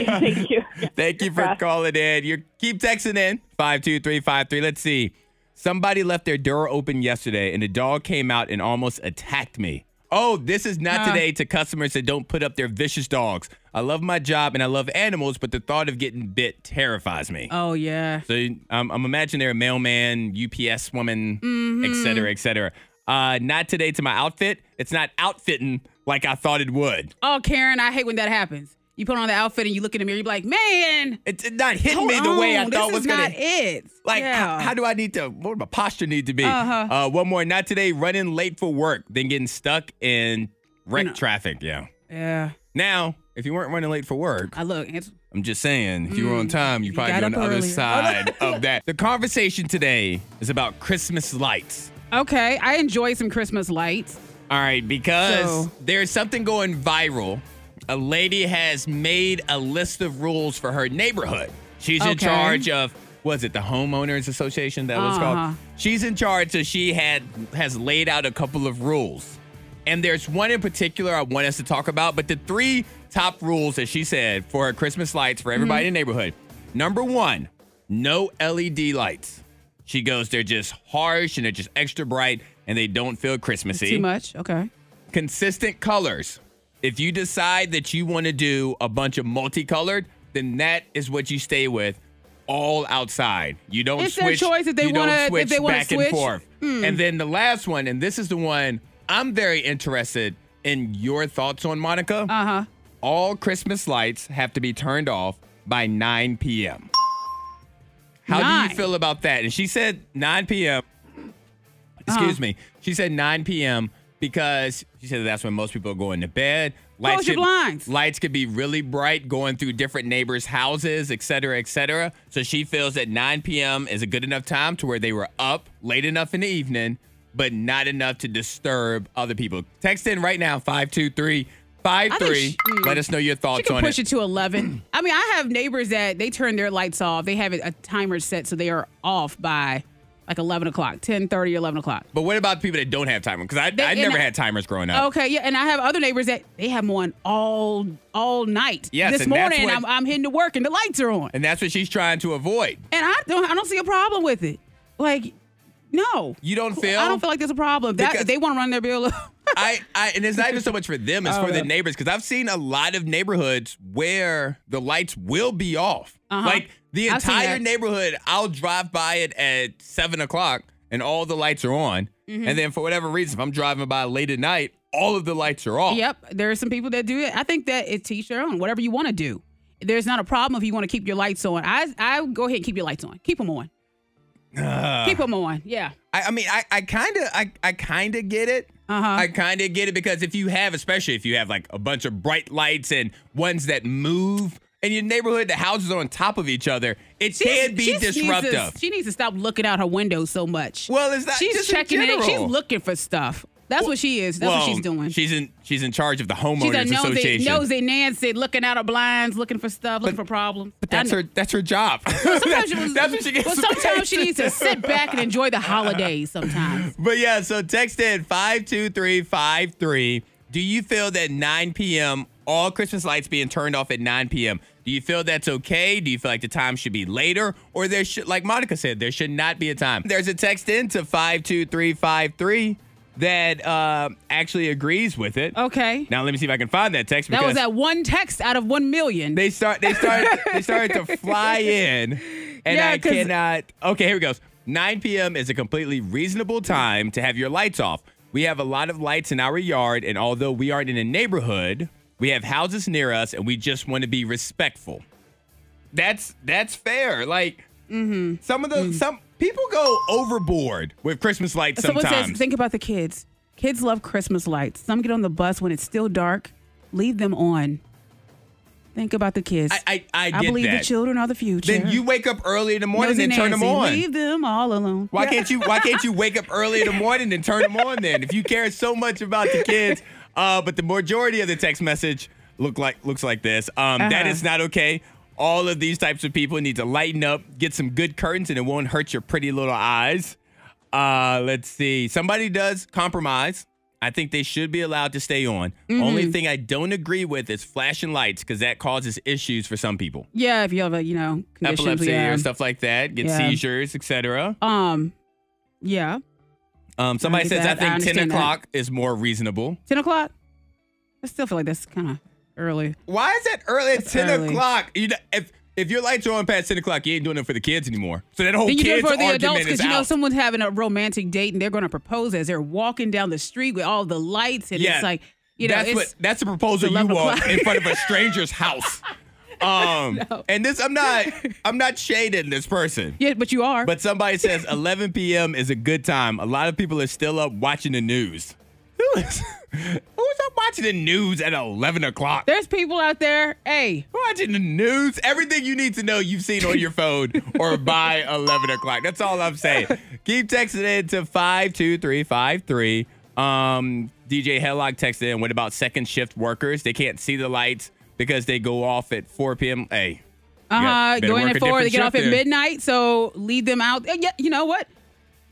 [SPEAKER 5] *laughs*
[SPEAKER 9] you. Thank you.
[SPEAKER 4] Thank you for calling in. You keep texting in five two three five three. Let's see. Somebody left their door open yesterday, and a dog came out and almost attacked me. Oh, this is not today to customers that don't put up their vicious dogs. I love my job and I love animals, but the thought of getting bit terrifies me.
[SPEAKER 5] Oh yeah.
[SPEAKER 4] So you- um, I'm, I'm imagining they're a mailman, UPS woman, et
[SPEAKER 5] Mm-hmm.
[SPEAKER 4] cetera, et cetera. Uh, not today to my outfit. It's not outfitting like I thought it would.
[SPEAKER 5] Oh Karen, I hate when that happens. You put on the outfit and you look in the mirror. You're like, man,
[SPEAKER 4] It's it's not hitting
[SPEAKER 5] hold
[SPEAKER 4] me the way I
[SPEAKER 5] on,
[SPEAKER 4] thought
[SPEAKER 5] this
[SPEAKER 4] was
[SPEAKER 5] is
[SPEAKER 4] gonna.
[SPEAKER 5] not it.
[SPEAKER 4] Like, h-
[SPEAKER 5] yeah.
[SPEAKER 4] how, do I need to? What would my posture need to be? Uh-huh. one more. Not today. Running late for work, then getting stuck in wreck traffic. Yeah.
[SPEAKER 5] yeah.
[SPEAKER 4] Now, if you weren't running late for work,
[SPEAKER 5] I look. It's,
[SPEAKER 4] I'm just saying, if you were on time, you probably
[SPEAKER 5] Mm. got
[SPEAKER 4] be on the
[SPEAKER 5] up
[SPEAKER 4] other
[SPEAKER 5] earlier.
[SPEAKER 4] side of that. The conversation today is about Christmas lights.
[SPEAKER 5] okay, I enjoy some Christmas lights.
[SPEAKER 4] All right, because
[SPEAKER 5] So-
[SPEAKER 4] there's something going viral. A lady has made a list of rules for her neighborhood. She's in
[SPEAKER 5] Okay.
[SPEAKER 4] charge of was it the homeowners association that was
[SPEAKER 5] Uh-huh.
[SPEAKER 4] called? She's in charge, so she had has laid out a couple of rules. And there's one in particular I want us to talk about, but the three top rules that she said for her Christmas lights for everybody
[SPEAKER 5] Mm-hmm.
[SPEAKER 4] in the neighborhood. Number one, no LED lights. She goes, they're just harsh and they're just extra bright and they don't feel Christmassy
[SPEAKER 5] Too much. Okay.
[SPEAKER 4] consistent colors. If you decide that you want to do a bunch of multicolored, then that is what you stay with. all outside. You don't
[SPEAKER 5] It's their
[SPEAKER 4] switch.
[SPEAKER 5] choice if they
[SPEAKER 4] you don't
[SPEAKER 5] wanna- if
[SPEAKER 4] switch
[SPEAKER 5] they wanna
[SPEAKER 4] back
[SPEAKER 5] switch. Hmm.
[SPEAKER 4] and forth. And then the last one, and this is the one I'm very interested in your thoughts on, Monica. Uh
[SPEAKER 5] Uh-huh.
[SPEAKER 4] huh. All Christmas lights have to be turned off by 9 p.m. How do
[SPEAKER 5] Nine.
[SPEAKER 4] you feel about that? And she said 9 p.m. Excuse
[SPEAKER 5] Uh-huh.
[SPEAKER 4] me. She said 9 p.m. because she said that's when most people are going to bed.
[SPEAKER 5] Close your
[SPEAKER 4] could-
[SPEAKER 5] blinds.
[SPEAKER 4] Lights could be really bright going through different neighbors' houses, et cetera, et cetera. So she feels that 9 p.m. is a good enough time to where they were up late enough in the evening, but not enough to disturb other people. Text in right now, 523
[SPEAKER 5] she-
[SPEAKER 4] 53.
[SPEAKER 5] mm.
[SPEAKER 4] Let us know your
[SPEAKER 5] She
[SPEAKER 4] thoughts
[SPEAKER 5] can
[SPEAKER 4] on
[SPEAKER 5] push
[SPEAKER 4] it.
[SPEAKER 5] it to
[SPEAKER 4] *clears throat*
[SPEAKER 5] 11. I mean, I have neighbors that they turn their lights off. They have a timer set so they are off by like 11 o'clock, 10 30, 11 o'clock.
[SPEAKER 4] But what about people that don't have timers? Because I,
[SPEAKER 5] They-
[SPEAKER 4] I
[SPEAKER 5] and
[SPEAKER 4] never
[SPEAKER 5] I-
[SPEAKER 4] had timers growing up.
[SPEAKER 5] Okay, yeah, and I have other neighbors that they have them on all all night.
[SPEAKER 4] Yes,
[SPEAKER 5] this
[SPEAKER 4] and that's
[SPEAKER 5] morning
[SPEAKER 4] what-
[SPEAKER 5] I'm, I'm heading to work and the lights are on, and
[SPEAKER 4] And that's what she's trying to avoid.
[SPEAKER 5] I don't I don't see a problem with it. Like, no,
[SPEAKER 4] You don't feel?
[SPEAKER 5] I don't feel like there's a problem. That
[SPEAKER 4] Because-
[SPEAKER 5] they want to run their bill. up. *laughs*
[SPEAKER 4] I, I and it's not even so much for them,
[SPEAKER 5] Oh,
[SPEAKER 4] it's for the neighbors. Because I've seen a lot of neighborhoods where the lights will be off. Like the
[SPEAKER 5] Uh-huh. I've seen
[SPEAKER 4] entire
[SPEAKER 5] that.
[SPEAKER 4] neighborhood, I'll drive by it at seven o'clock and all the lights are on.
[SPEAKER 5] Mm-hmm.
[SPEAKER 4] And then for whatever reason, if I'm driving by late at night, all of the lights are off.
[SPEAKER 5] Yep, there are some people that do it. I think that it's teach their own. Whatever you want to do, there's not a problem if you want to keep your lights on. I I would go ahead and keep your lights on. Keep them on.
[SPEAKER 4] Ah.
[SPEAKER 5] keep them on. Yeah.
[SPEAKER 4] I, I mean, I, I kind of, I, I kind of get it.
[SPEAKER 5] Uh-huh.
[SPEAKER 4] I kind of get it because if you have, especially if you have like a bunch of bright lights and ones that move in your neighborhood, the houses are on top of each other, it can
[SPEAKER 5] She
[SPEAKER 4] be
[SPEAKER 5] just needs
[SPEAKER 4] disruptive.
[SPEAKER 5] to- she needs to stop looking out her window so much.
[SPEAKER 4] Well, it's not-
[SPEAKER 5] She's
[SPEAKER 4] just in
[SPEAKER 5] checking it. She's
[SPEAKER 4] general.
[SPEAKER 5] looking for stuff. That's what she is. That's what
[SPEAKER 4] Well,
[SPEAKER 5] she's doing.
[SPEAKER 4] She's in, she's in charge of the
[SPEAKER 5] She's
[SPEAKER 4] homeowners
[SPEAKER 5] a nosy,
[SPEAKER 4] association.
[SPEAKER 5] nosy Nancy, looking out her blinds, looking for stuff, looking for problems.
[SPEAKER 4] But that's
[SPEAKER 5] I-
[SPEAKER 4] her that's her job.
[SPEAKER 5] Sometimes she,
[SPEAKER 4] *laughs* that's what she gets.
[SPEAKER 5] well, sometimes
[SPEAKER 4] *laughs*
[SPEAKER 5] she needs to sit back and enjoy the holidays. Sometimes.
[SPEAKER 4] But yeah, so text in 52353. Do you feel that 9 p.m., all Christmas lights being turned off at 9 p.m., do you feel that's okay? Do you feel like the time should be later? Or there should, like Monica said, there should not be a time. There's a text in to 52353 that uh, actually agrees with it.
[SPEAKER 5] Okay.
[SPEAKER 4] Now let me see if I can find that text.
[SPEAKER 5] that was
[SPEAKER 4] because-
[SPEAKER 5] that one text out of one million.
[SPEAKER 4] They start. They started. they started
[SPEAKER 5] *laughs*
[SPEAKER 4] to fly in, and
[SPEAKER 5] Yeah,
[SPEAKER 4] I
[SPEAKER 5] 'cause-
[SPEAKER 4] cannot. Okay, here it goes. 9 p.m. is a completely reasonable time to have your lights off. We have a lot of lights in our yard, and although we aren't in a neighborhood, we have houses near us, and we just want to be respectful. That's that's fair. Like
[SPEAKER 5] Mm-hmm.
[SPEAKER 4] some of the
[SPEAKER 5] Mm.
[SPEAKER 4] some people go overboard with Christmas lights
[SPEAKER 5] Someone
[SPEAKER 4] sometimes.
[SPEAKER 5] says, think about the kids. Kids love Christmas lights. Some get on the bus when it's still dark. Leave them on. Think about the kids.
[SPEAKER 4] I- I- I get
[SPEAKER 5] believe the
[SPEAKER 4] that.
[SPEAKER 5] children are the future.
[SPEAKER 4] then you wake up early in the morning
[SPEAKER 5] Nosy
[SPEAKER 4] and turn them
[SPEAKER 5] Nancy,
[SPEAKER 4] on.
[SPEAKER 5] Leave them all alone.
[SPEAKER 4] Why can't you? Why can't you wake up early
[SPEAKER 5] *laughs*
[SPEAKER 4] in the morning and turn them on then? If you care so much about the kids, uh, but the majority of the text message look like looks like this. Um, that
[SPEAKER 5] Uh-huh.
[SPEAKER 4] is not okay. All of these types of people need to lighten up, get some good curtains, and it won't hurt your pretty little eyes. Uh, let's see. Somebody does compromise. I think they should be allowed to stay on.
[SPEAKER 5] Mm-hmm.
[SPEAKER 4] Only thing I don't agree with is flashing lights because that causes issues for some people,
[SPEAKER 5] Yeah, if you have a you know conditions,
[SPEAKER 4] epilepsy
[SPEAKER 5] yeah.
[SPEAKER 4] or stuff like that, get
[SPEAKER 5] Yeah.
[SPEAKER 4] seizures, etc.
[SPEAKER 5] Um, yeah,
[SPEAKER 4] Um, somebody
[SPEAKER 5] get
[SPEAKER 4] says
[SPEAKER 5] that. I
[SPEAKER 4] I think ten
[SPEAKER 5] understand that.
[SPEAKER 4] o'clock is more reasonable.
[SPEAKER 5] ten o'clock. I still feel like that's kind of early.
[SPEAKER 4] Why is that early at
[SPEAKER 5] That's
[SPEAKER 4] ten
[SPEAKER 5] early.
[SPEAKER 4] o'clock? You know, if if your lights are on past ten o'clock, you ain't doing it for the kids anymore. So that whole
[SPEAKER 5] Then you do
[SPEAKER 4] Oh, kids
[SPEAKER 5] it for the
[SPEAKER 4] argument
[SPEAKER 5] adults
[SPEAKER 4] is
[SPEAKER 5] because you know
[SPEAKER 4] out.
[SPEAKER 5] someone's having a romantic date and they're going to propose as they're walking down the street with all the lights and
[SPEAKER 4] Yeah.
[SPEAKER 5] it's like you know
[SPEAKER 4] that's
[SPEAKER 5] it's
[SPEAKER 4] what that's a proposal you
[SPEAKER 5] 11
[SPEAKER 4] want
[SPEAKER 5] o'clock.
[SPEAKER 4] in front of
[SPEAKER 5] *laughs*
[SPEAKER 4] a stranger's house. Um, and this I'm
[SPEAKER 5] *laughs*
[SPEAKER 4] not I'm not shading this person.
[SPEAKER 5] yeah, but you are.
[SPEAKER 4] But somebody says
[SPEAKER 5] *laughs*
[SPEAKER 4] 11 p.m. is a good time. A lot of people are still up watching the news. Who is *laughs* who's up watching the news at 11 o'clock?
[SPEAKER 5] There's people out there. Hey,
[SPEAKER 4] Watching the news, everything you need to know you've seen on your
[SPEAKER 5] *laughs*
[SPEAKER 4] phone or by 11 o'clock. That's all I'm saying. Keep texting in to 52353. Um, DJ Headlock texted in, what about second shift workers? They can't see the lights because they go off at 4 p.m. Hey.
[SPEAKER 5] uh huh.
[SPEAKER 4] got- better
[SPEAKER 5] Go in
[SPEAKER 4] work
[SPEAKER 5] at
[SPEAKER 4] a
[SPEAKER 5] four. They
[SPEAKER 4] different
[SPEAKER 5] get off
[SPEAKER 4] shift then.
[SPEAKER 5] at midnight. So leave them out. Uh, Yeah, you know what?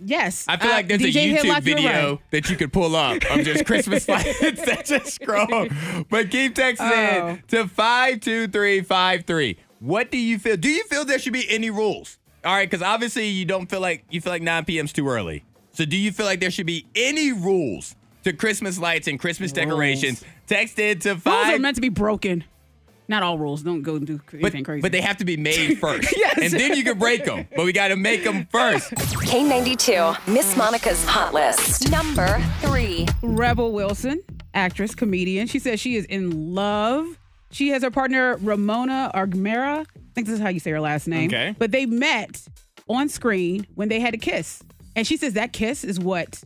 [SPEAKER 5] Yes.
[SPEAKER 4] I feel
[SPEAKER 5] Uh,
[SPEAKER 4] like there's
[SPEAKER 5] DJ
[SPEAKER 4] a YouTube
[SPEAKER 5] Headlock, you're
[SPEAKER 4] video
[SPEAKER 5] right.
[SPEAKER 4] that you could pull up of just
[SPEAKER 5] *laughs*
[SPEAKER 4] Christmas lights that just scroll. But keep texting
[SPEAKER 5] Oh.
[SPEAKER 4] in to 52353. What do you feel? Do you feel there should be any rules? All right, because obviously you don't feel like you feel like 9 p.m. is too early. So do you feel like there should be any rules to Christmas lights and Christmas decorations? Text in to
[SPEAKER 5] Rules
[SPEAKER 4] five.
[SPEAKER 5] are meant to be broken. Not all rules. Don't go and do anything
[SPEAKER 4] But,
[SPEAKER 5] crazy.
[SPEAKER 4] but they have to be
[SPEAKER 5] *laughs*
[SPEAKER 4] made first.
[SPEAKER 5] Yes.
[SPEAKER 4] And then you can break them. But we got to make
[SPEAKER 5] *laughs*
[SPEAKER 4] them first.
[SPEAKER 1] K92, Miss Monica's Hot List. Number three.
[SPEAKER 5] Rebel Wilson, actress, comedian. She says she is in love. She has her partner Ramona Argmera. I think this is how you say her last name.
[SPEAKER 4] Okay.
[SPEAKER 5] But they met on screen when they had a kiss. And she says that kiss is what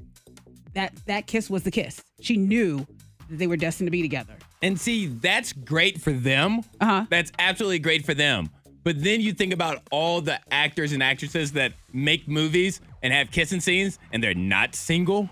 [SPEAKER 5] that that kiss was the kiss. She knew that they were destined to be together.
[SPEAKER 4] And see, that's great for them.
[SPEAKER 5] Uh-huh.
[SPEAKER 4] That's absolutely great for them. But then you think about all the actors and actresses that make movies and have kissing scenes and they're not single.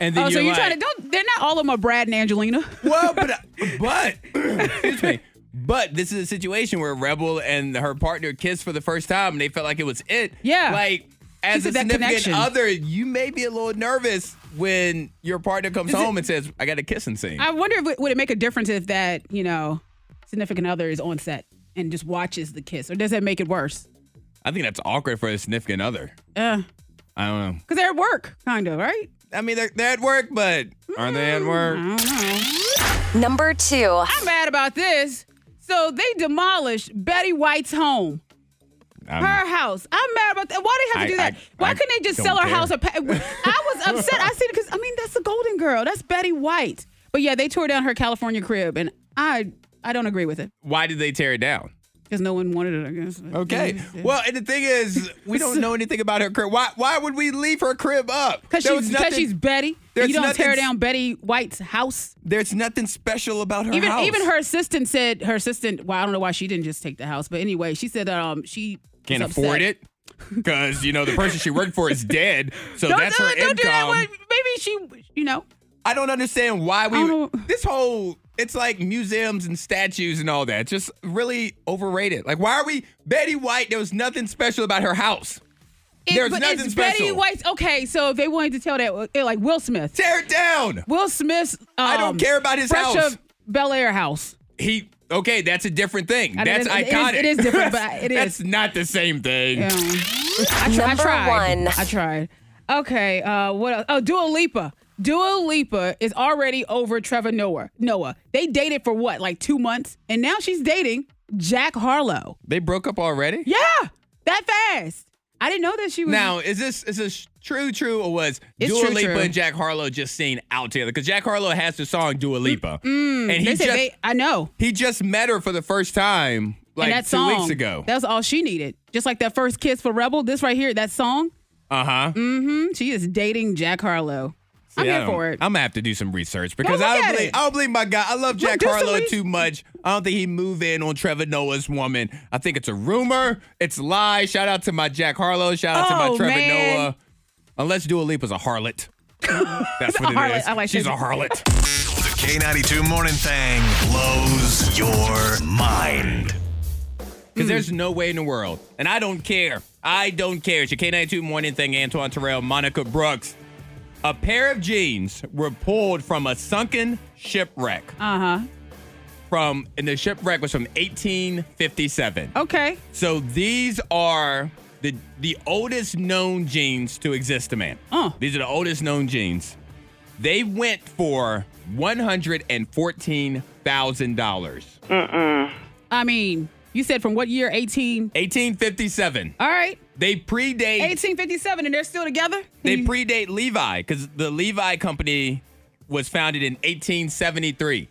[SPEAKER 4] And then
[SPEAKER 5] oh,
[SPEAKER 4] you're
[SPEAKER 5] so you're
[SPEAKER 4] like,
[SPEAKER 5] trying to don't they're not all of them are Brad and Angelina. *laughs*
[SPEAKER 4] well, but but excuse me. But this is a situation where Rebel and her partner kissed for the first time, and they felt like it was it.
[SPEAKER 5] Yeah.
[SPEAKER 4] Like
[SPEAKER 5] She
[SPEAKER 4] as a
[SPEAKER 5] said that
[SPEAKER 4] significant
[SPEAKER 5] connection.
[SPEAKER 4] other, you may be a little nervous when your partner comes home and says, "I got a kissing scene."
[SPEAKER 5] I wonder if it, would it make a difference if that, you know, significant other is on set and just watches the kiss or does that make it worse?
[SPEAKER 4] I think that's awkward for a significant other.
[SPEAKER 5] Yeah.
[SPEAKER 4] I don't know.
[SPEAKER 5] Cuz they're at work kind of, right?
[SPEAKER 4] I mean, they're, they're at work, but are they at work?
[SPEAKER 5] I don't know.
[SPEAKER 1] Number two.
[SPEAKER 5] I'm mad about this. So they demolished Betty White's home, her
[SPEAKER 4] I'm-
[SPEAKER 5] house. I'm mad about that. Why they have
[SPEAKER 4] I-
[SPEAKER 5] to do that?
[SPEAKER 4] I-
[SPEAKER 5] Why
[SPEAKER 4] I
[SPEAKER 5] couldn't they just
[SPEAKER 4] don't
[SPEAKER 5] sell her
[SPEAKER 4] care. *laughs*
[SPEAKER 5] house? A pa- I was upset. I see because I mean that's the Golden Girl. That's Betty White. But yeah, they tore down her California crib, and I I don't agree with it
[SPEAKER 4] Why did they tear it down?
[SPEAKER 5] because no one wanted it. I guess.
[SPEAKER 4] Okay. Well, and the thing is, we
[SPEAKER 5] *laughs*
[SPEAKER 4] don't know anything about her crib. Why? Why would we leave her crib up?
[SPEAKER 5] because
[SPEAKER 4] There
[SPEAKER 5] she's
[SPEAKER 4] was
[SPEAKER 5] because
[SPEAKER 4] nothing-
[SPEAKER 5] she's Betty.
[SPEAKER 4] there's
[SPEAKER 5] You don't tear
[SPEAKER 4] nothing-
[SPEAKER 5] down Betty White's house.
[SPEAKER 4] There's nothing special about her
[SPEAKER 5] even
[SPEAKER 4] house.
[SPEAKER 5] even her assistant said her assistant. Well, I don't know why she didn't just take the house, but anyway, she said that um she was
[SPEAKER 4] can't
[SPEAKER 5] upset.
[SPEAKER 4] afford it because you know the person she worked
[SPEAKER 5] *laughs*
[SPEAKER 4] for is dead, so that's her income.
[SPEAKER 5] do that with- maybe she, you know.
[SPEAKER 4] I don't understand why we
[SPEAKER 5] I don't-
[SPEAKER 4] this whole. It's like museums and statues and all that. It's just really overrated. Like, why are we Betty White? There was nothing special about her house.
[SPEAKER 5] It-
[SPEAKER 4] There's
[SPEAKER 5] but
[SPEAKER 4] nothing
[SPEAKER 5] it's Betty
[SPEAKER 4] special.
[SPEAKER 5] White's. Okay, so if they wanted to tell that, it, like Will Smith.
[SPEAKER 4] Tear it down.
[SPEAKER 5] Will Smith's. Um,
[SPEAKER 4] I don't care about his
[SPEAKER 5] Fresh
[SPEAKER 4] house.
[SPEAKER 5] of Bel Air house.
[SPEAKER 4] He okay. That's a different thing.
[SPEAKER 5] I mean,
[SPEAKER 4] that's
[SPEAKER 5] it- it is-
[SPEAKER 4] iconic.
[SPEAKER 5] it is different, but
[SPEAKER 4] *laughs*
[SPEAKER 5] it
[SPEAKER 4] That's
[SPEAKER 5] is.
[SPEAKER 4] not the same thing.
[SPEAKER 5] Um, I, tr- I
[SPEAKER 1] Number
[SPEAKER 5] tried.
[SPEAKER 1] one.
[SPEAKER 5] I tried. Okay, uh, what else? Oh, Dua Lipa. Dua Lipa is already over Trevor Noah. Noah. They dated for what, like two months? And now she's dating Jack Harlow.
[SPEAKER 4] They broke up already.
[SPEAKER 5] Yeah, that fast. I didn't know that she was.
[SPEAKER 4] Now, is this is this true true or was
[SPEAKER 5] It's
[SPEAKER 4] Dua
[SPEAKER 5] true,
[SPEAKER 4] Lipa
[SPEAKER 5] true.
[SPEAKER 4] and Jack Harlow just seen out together? Because Jack Harlow has the song Dua Lipa, and he
[SPEAKER 5] Mm, they
[SPEAKER 4] just
[SPEAKER 5] said they. I know.
[SPEAKER 4] he just met her for the first time like
[SPEAKER 5] and that
[SPEAKER 4] two
[SPEAKER 5] song,
[SPEAKER 4] weeks ago.
[SPEAKER 5] That's all she needed. Just like that first kiss for Rebel, this right here, that song, mm,
[SPEAKER 4] Uh huh.
[SPEAKER 5] she is dating Jack Harlow. I'm here for it.
[SPEAKER 4] I'm gonna have to do some research because
[SPEAKER 5] Well,
[SPEAKER 4] I
[SPEAKER 5] look
[SPEAKER 4] don't
[SPEAKER 5] at
[SPEAKER 4] believe
[SPEAKER 5] it.
[SPEAKER 4] I don't believe my guy. I love Jack
[SPEAKER 5] do some
[SPEAKER 4] Harlow
[SPEAKER 5] res-
[SPEAKER 4] too much. I don't think he move in on Trevor Noah's woman. I think it's a rumor. It's a lie. Shout out to my Jack Harlow. Shout out to my
[SPEAKER 5] Oh,
[SPEAKER 4] Trevor
[SPEAKER 5] man.
[SPEAKER 4] Noah. Unless Dua Lipa's a
[SPEAKER 5] *laughs*
[SPEAKER 4] harlot. That's what it is.
[SPEAKER 5] harlot. I like
[SPEAKER 4] She's
[SPEAKER 5] that.
[SPEAKER 4] a harlot.
[SPEAKER 10] The K92 Morning Thang blows your mind.
[SPEAKER 4] Because there's no way in the world. And I don't care. I don't care. It's your K92 morning thing, Antoine Terrell, Monica Brooks. A pair of jeans were pulled from a sunken shipwreck. Uh huh. From, and the shipwreck was from 1857.
[SPEAKER 5] Okay.
[SPEAKER 4] So these are the the oldest known genes to exist to man.
[SPEAKER 5] Oh.
[SPEAKER 4] These are the oldest known genes. They went for $114,000.
[SPEAKER 5] I mean, you said from what year? 18.
[SPEAKER 4] 1857.
[SPEAKER 5] All right.
[SPEAKER 4] They predate
[SPEAKER 5] 1857, and they're still together? Mm-hmm.
[SPEAKER 4] They predate Levi because the Levi company was founded in 1873.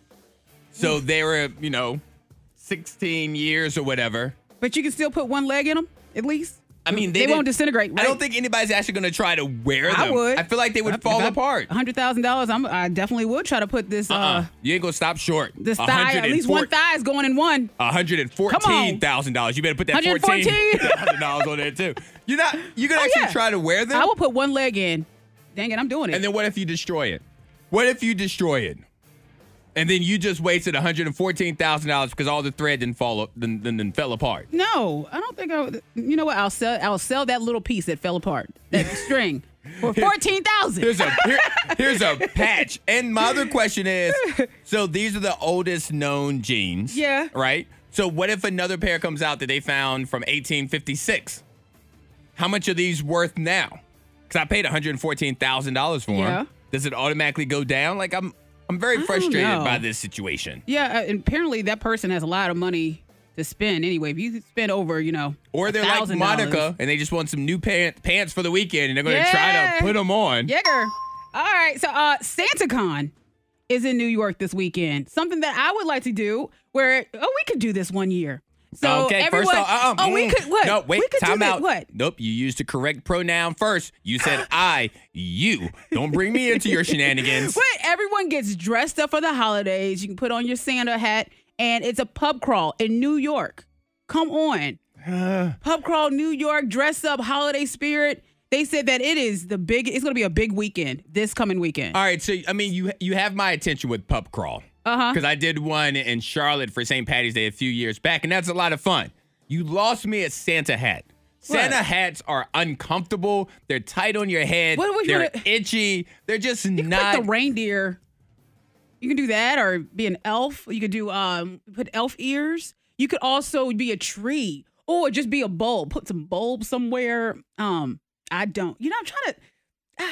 [SPEAKER 4] So
[SPEAKER 5] Mm.
[SPEAKER 4] they were, you know, 16 years or whatever.
[SPEAKER 5] But you can still put one leg in them, at least.
[SPEAKER 4] I mean, they,
[SPEAKER 5] They won't
[SPEAKER 4] didn't-
[SPEAKER 5] disintegrate,
[SPEAKER 4] I don't
[SPEAKER 5] right?
[SPEAKER 4] think anybody's actually going to try to wear them.
[SPEAKER 5] I would.
[SPEAKER 4] I feel like they would
[SPEAKER 5] If
[SPEAKER 4] fall
[SPEAKER 5] I- Uh,
[SPEAKER 4] apart.
[SPEAKER 5] $100,000, I'm, I definitely would try to put this, uh,
[SPEAKER 4] Uh-uh. You ain't going to stop short.
[SPEAKER 5] this thigh, at least one thigh is going in one.
[SPEAKER 4] $114,000. You better put that
[SPEAKER 5] $114,000.
[SPEAKER 4] $14,000 on there too. You're not, you can
[SPEAKER 5] Oh,
[SPEAKER 4] actually
[SPEAKER 5] yeah.
[SPEAKER 4] try to wear them.
[SPEAKER 5] I will put one leg in. Dang it, I'm doing it.
[SPEAKER 4] And then what if you destroy it? What if you destroy it? And then you just wasted one hundred and fourteen thousand dollars because all the thread didn't fall up, then, then, then fell apart.
[SPEAKER 5] No, I don't think I. Would, you know what? I'll sell. I'll sell that little piece that fell apart,
[SPEAKER 4] *laughs*
[SPEAKER 5] that string, for fourteen
[SPEAKER 4] Here's
[SPEAKER 5] thousand.
[SPEAKER 4] a here- here's a patch. And my other question
[SPEAKER 5] *laughs*
[SPEAKER 4] is, so these are the oldest known jeans.
[SPEAKER 5] Yeah.
[SPEAKER 4] Right. So what if another pair comes out that they found from eighteen fifty six? How much are these worth now? Because I paid one hundred and fourteen thousand dollars for
[SPEAKER 5] Yeah.
[SPEAKER 4] them. Does it automatically go down? Like I'm I'm very
[SPEAKER 5] don't
[SPEAKER 4] frustrated
[SPEAKER 5] know.
[SPEAKER 4] by this situation.
[SPEAKER 5] Yeah, uh, and apparently that person has a lot of money to spend anyway. If you spend over, you know,
[SPEAKER 4] Or they're like
[SPEAKER 5] $1,000.
[SPEAKER 4] Monica and they just want some new pant- pants for the weekend and they're going to try
[SPEAKER 5] Yeah.
[SPEAKER 4] to put them on.
[SPEAKER 5] Yeah. girl. All right. So uh SantaCon is in New York this weekend. Something that I would like to do where oh we could do this one year. So
[SPEAKER 4] okay,
[SPEAKER 5] everyone,
[SPEAKER 4] first off, uh-uh,
[SPEAKER 5] oh we
[SPEAKER 4] mm,
[SPEAKER 5] could what?
[SPEAKER 4] No, wait,
[SPEAKER 5] we could
[SPEAKER 4] time
[SPEAKER 5] do
[SPEAKER 4] out.
[SPEAKER 5] This, what?
[SPEAKER 4] Nope, you used the correct pronoun first. You
[SPEAKER 5] *laughs*
[SPEAKER 4] said I, you. Don't bring me into your
[SPEAKER 5] *laughs*
[SPEAKER 4] shenanigans.
[SPEAKER 5] But everyone gets dressed up for the holidays. You can put on your Santa hat, and it's a pub crawl in New York. Come on. pub crawl, New York, dress up, holiday spirit. They said that it is the big, it's going to be a big weekend this coming weekend.
[SPEAKER 4] All right, so I mean, you you have my attention with pup crawl
[SPEAKER 5] Uh huh.
[SPEAKER 4] because I did one in Charlotte for St. Patty's Day a few years back, and that's a lot of fun. You lost me at Santa hat. Santa
[SPEAKER 5] What?
[SPEAKER 4] hats are uncomfortable. They're tight on your head.
[SPEAKER 5] What would you
[SPEAKER 4] they're
[SPEAKER 5] wanna-
[SPEAKER 4] itchy. They're just
[SPEAKER 5] You can
[SPEAKER 4] not.
[SPEAKER 5] put the reindeer. You can do that or be an elf. You could do, um, put elf ears. You could also be a tree or just be a bulb. Put some bulbs somewhere. Um, I don't, you know, I'm trying to,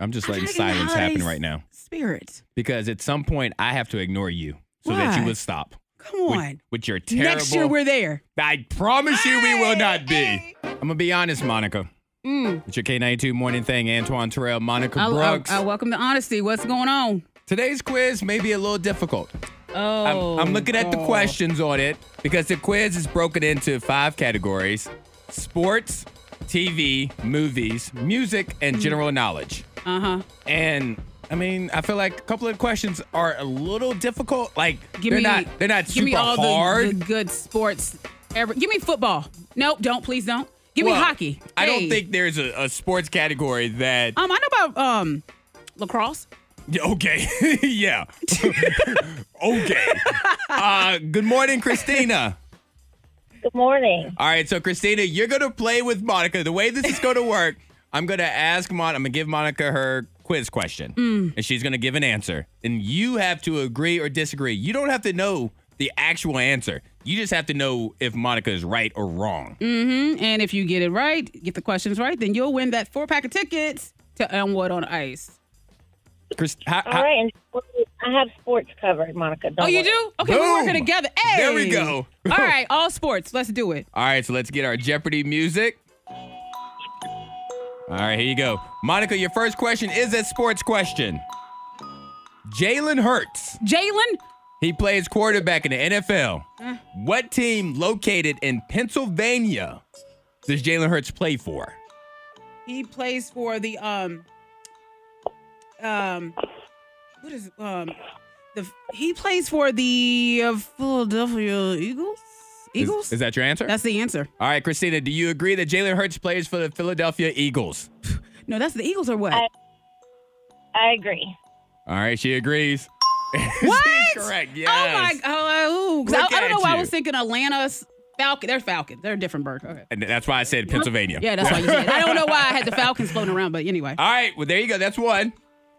[SPEAKER 4] I'm just
[SPEAKER 5] I'm
[SPEAKER 4] letting
[SPEAKER 5] trying to get
[SPEAKER 4] silence
[SPEAKER 5] holiday
[SPEAKER 4] happen
[SPEAKER 5] s-
[SPEAKER 4] right now
[SPEAKER 5] Spirit.
[SPEAKER 4] because at some point I have to ignore you so that you
[SPEAKER 5] Why?
[SPEAKER 4] will stop
[SPEAKER 5] Come on.
[SPEAKER 4] with, with your terrible.
[SPEAKER 5] Next year we're there.
[SPEAKER 4] I promise you we will not be. I'm gonna be honest, Monica.
[SPEAKER 5] Mm.
[SPEAKER 4] It's your K92 morning thing, Antoine Terrell, Monica
[SPEAKER 5] I, I,
[SPEAKER 4] Brooks.
[SPEAKER 5] I welcome the honesty. What's going on?
[SPEAKER 4] Today's quiz may be a little difficult.
[SPEAKER 5] Oh,
[SPEAKER 4] I'm, I'm looking at the questions on it because the quiz is broken into five categories sports, TV, movies, music,
[SPEAKER 5] Mm.
[SPEAKER 4] and general knowledge.
[SPEAKER 5] Uh huh.
[SPEAKER 4] And I mean, I feel like a couple of questions are a little difficult. Like
[SPEAKER 5] Give
[SPEAKER 4] they're
[SPEAKER 5] me
[SPEAKER 4] not they're not
[SPEAKER 5] give
[SPEAKER 4] super
[SPEAKER 5] me all the-
[SPEAKER 4] hard.
[SPEAKER 5] The, good sports. Ever. Give me football. Nope. Don't please don't. Give
[SPEAKER 4] Well,
[SPEAKER 5] me hockey.
[SPEAKER 4] I
[SPEAKER 5] Hey.
[SPEAKER 4] don't think there's a, a sports category that
[SPEAKER 5] Um, I know about um lacrosse.
[SPEAKER 4] Yeah,
[SPEAKER 5] Uh.
[SPEAKER 4] *laughs* Okay. yeah. *laughs*
[SPEAKER 5] *laughs*
[SPEAKER 4] okay. Uh, good morning, Christina.
[SPEAKER 11] Good morning.
[SPEAKER 4] All right, so Christina, you're gonna play with Monica. The way this is
[SPEAKER 11] *laughs*
[SPEAKER 4] gonna work, I'm gonna ask Monica. I'm gonna give Monica her quiz question,
[SPEAKER 11] Hmm.
[SPEAKER 4] and she's gonna give an answer, and you have to agree or disagree. You don't have to know the actual answer. You just have to know if Monica is right or wrong.
[SPEAKER 11] Hmm.
[SPEAKER 5] Mm-hmm. And if you get it right, get the questions right, then you'll win that four pack of tickets to Elmwood on Ice.
[SPEAKER 4] Chris, how-
[SPEAKER 11] All
[SPEAKER 4] how-
[SPEAKER 11] right, and I have sports covered, Monica. Don't
[SPEAKER 5] oh, you
[SPEAKER 11] worry.
[SPEAKER 5] do? Okay, we're working
[SPEAKER 4] Boom.
[SPEAKER 5] together. Hey.
[SPEAKER 4] There we go. *laughs*
[SPEAKER 5] all right, all sports. Let's do it.
[SPEAKER 4] All right, so let's get our Jeopardy music. All right, here you go. Monica, your first question is a sports question. Jalen Hurts,
[SPEAKER 5] Jalen.
[SPEAKER 4] he plays quarterback in the NFL.
[SPEAKER 5] Mm.
[SPEAKER 4] What team located in Pennsylvania does Jalen Hurts play for?
[SPEAKER 5] He plays for the um um what is um the he plays for the uh, Philadelphia Eagles.
[SPEAKER 4] Is-
[SPEAKER 5] Eagles.
[SPEAKER 4] Is, that your answer?
[SPEAKER 5] that's the answer.
[SPEAKER 4] All right, Christina, do you agree that Jalen Hurts plays for the Philadelphia Eagles?
[SPEAKER 5] No, that's the Eagles or what?
[SPEAKER 11] I- I agree.
[SPEAKER 4] All right, she agrees. *laughs*
[SPEAKER 5] what?
[SPEAKER 4] She's correct, yes.
[SPEAKER 5] Oh my! Oh, 'cause
[SPEAKER 4] Look
[SPEAKER 5] I, I
[SPEAKER 4] at
[SPEAKER 5] don't know why
[SPEAKER 4] you.
[SPEAKER 5] I was thinking Atlanta Falcon. They're Falcon. They're a different bird. Okay.
[SPEAKER 4] And that's why I said Pennsylvania.
[SPEAKER 5] Yeah, that's why you said. it. I don't know why I
[SPEAKER 4] *laughs*
[SPEAKER 5] had the Falcons floating around, but anyway.
[SPEAKER 4] All right, well there you go. That's one.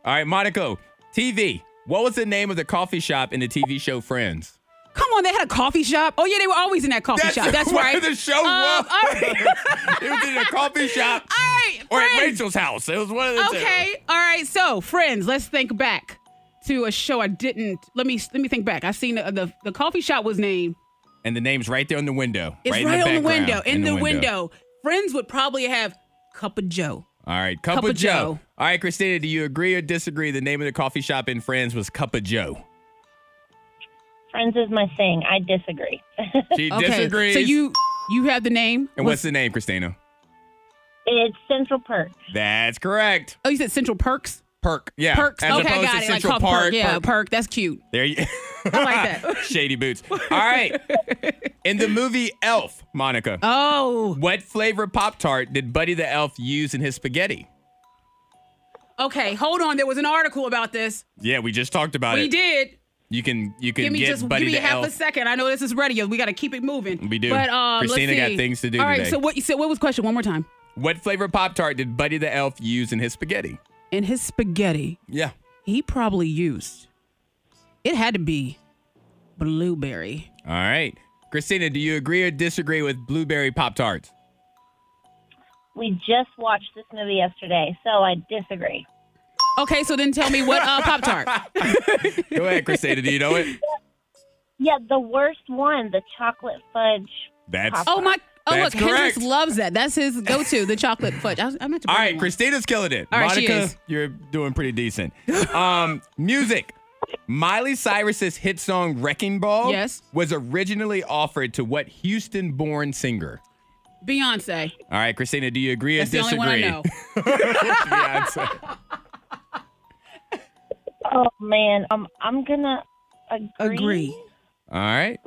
[SPEAKER 4] All right, Monaco. TV. What was the name of the coffee shop in the TV show Friends?
[SPEAKER 5] Come on, they had a coffee shop. Oh yeah, they were always in that coffee shop. That's
[SPEAKER 4] *laughs* where
[SPEAKER 5] right.
[SPEAKER 4] the show
[SPEAKER 5] Um,
[SPEAKER 4] was.
[SPEAKER 5] *laughs* all right.
[SPEAKER 4] it was in a coffee shop
[SPEAKER 5] All right,
[SPEAKER 4] or at
[SPEAKER 5] friends.
[SPEAKER 4] Rachel's house. It was one of the two.
[SPEAKER 5] Okay. All right. So, friends, let's think back to a show I didn't. Let me let me think back. I seen the the, the coffee shop was named.
[SPEAKER 4] And the name's right there on the window.
[SPEAKER 5] It's right,
[SPEAKER 4] in the
[SPEAKER 5] on the
[SPEAKER 4] background,
[SPEAKER 5] window. In, the, window. Friends would probably have cup of Joe.
[SPEAKER 4] All right, Cup,
[SPEAKER 5] Cup
[SPEAKER 4] of
[SPEAKER 5] of
[SPEAKER 4] Joe.
[SPEAKER 5] Joe.
[SPEAKER 4] All right, Christina, do you agree or disagree? The name of the coffee shop in Friends was Cup of Joe.
[SPEAKER 11] Friends is my thing. I disagree. *laughs*
[SPEAKER 4] She
[SPEAKER 5] Okay.
[SPEAKER 4] disagrees.
[SPEAKER 5] So you you have the name.
[SPEAKER 4] and what's the name, Christina?
[SPEAKER 11] it's Central Perk.
[SPEAKER 4] That's correct.
[SPEAKER 5] Oh, you said Central Perks.
[SPEAKER 4] Perk. Yeah.
[SPEAKER 5] Perks.
[SPEAKER 4] As
[SPEAKER 5] okay,
[SPEAKER 4] opposed
[SPEAKER 5] got
[SPEAKER 4] to
[SPEAKER 5] it.
[SPEAKER 4] Central
[SPEAKER 5] like called
[SPEAKER 4] Park.
[SPEAKER 5] Perk. Yeah,
[SPEAKER 4] Perk.
[SPEAKER 5] perk. That's cute.
[SPEAKER 4] There you
[SPEAKER 5] I
[SPEAKER 4] *laughs*
[SPEAKER 5] like that. *laughs*
[SPEAKER 4] Shady boots. All right. In the movie Elf, Monica,
[SPEAKER 5] Oh.
[SPEAKER 4] what flavor Pop Tart did Buddy the Elf use in his spaghetti?
[SPEAKER 5] Okay. Hold on. There was an article about this.
[SPEAKER 4] Yeah, we just talked about
[SPEAKER 5] we
[SPEAKER 4] it.
[SPEAKER 5] did.
[SPEAKER 4] You can you can
[SPEAKER 5] Give me
[SPEAKER 4] get
[SPEAKER 5] just
[SPEAKER 4] Buddy
[SPEAKER 5] give me
[SPEAKER 4] the
[SPEAKER 5] half
[SPEAKER 4] Elf.
[SPEAKER 5] a second. I know this is radio. We got to keep it moving.
[SPEAKER 4] We do.
[SPEAKER 5] But um, let's
[SPEAKER 4] Christina got
[SPEAKER 5] see.
[SPEAKER 4] things to do
[SPEAKER 5] All right.
[SPEAKER 4] today.
[SPEAKER 5] So what you said? What was the question? One more time.
[SPEAKER 4] what flavor Pop Tart did Buddy the Elf use in his spaghetti?
[SPEAKER 5] in his spaghetti,
[SPEAKER 4] Yeah.
[SPEAKER 5] he probably used it had to be blueberry.
[SPEAKER 4] All right. Christina, do you agree or disagree with blueberry Pop Tarts?
[SPEAKER 11] We just watched this movie yesterday, so I disagree.
[SPEAKER 5] Okay, so then tell me what uh,
[SPEAKER 4] *laughs*
[SPEAKER 5] Pop Tart.
[SPEAKER 4] Go ahead, Crusader. Do you know
[SPEAKER 5] *laughs*
[SPEAKER 4] it?
[SPEAKER 11] Yeah, the worst one, the chocolate fudge.
[SPEAKER 4] That's
[SPEAKER 5] oh my. Oh
[SPEAKER 4] That's
[SPEAKER 5] look,
[SPEAKER 4] correct.
[SPEAKER 5] Hendrix loves that. That's his go-to, the chocolate fudge. I, I meant to.
[SPEAKER 4] All
[SPEAKER 5] bring
[SPEAKER 4] right,
[SPEAKER 5] one.
[SPEAKER 4] Christina's killing it.
[SPEAKER 5] All right,
[SPEAKER 4] Monica,
[SPEAKER 5] she is.
[SPEAKER 4] you're doing pretty decent. Um, *laughs* music. Miley Cyrus's hit song Wrecking Ball
[SPEAKER 5] Yes.
[SPEAKER 4] was originally offered to what Houston born singer?
[SPEAKER 5] Beyonce.
[SPEAKER 4] All right, Christina, do you agree
[SPEAKER 5] That's
[SPEAKER 4] or
[SPEAKER 5] the only
[SPEAKER 4] disagree?
[SPEAKER 5] one
[SPEAKER 4] *laughs*
[SPEAKER 5] I know.
[SPEAKER 4] Beyonce.
[SPEAKER 11] Oh man, um, I'm gonna agree.
[SPEAKER 4] All right.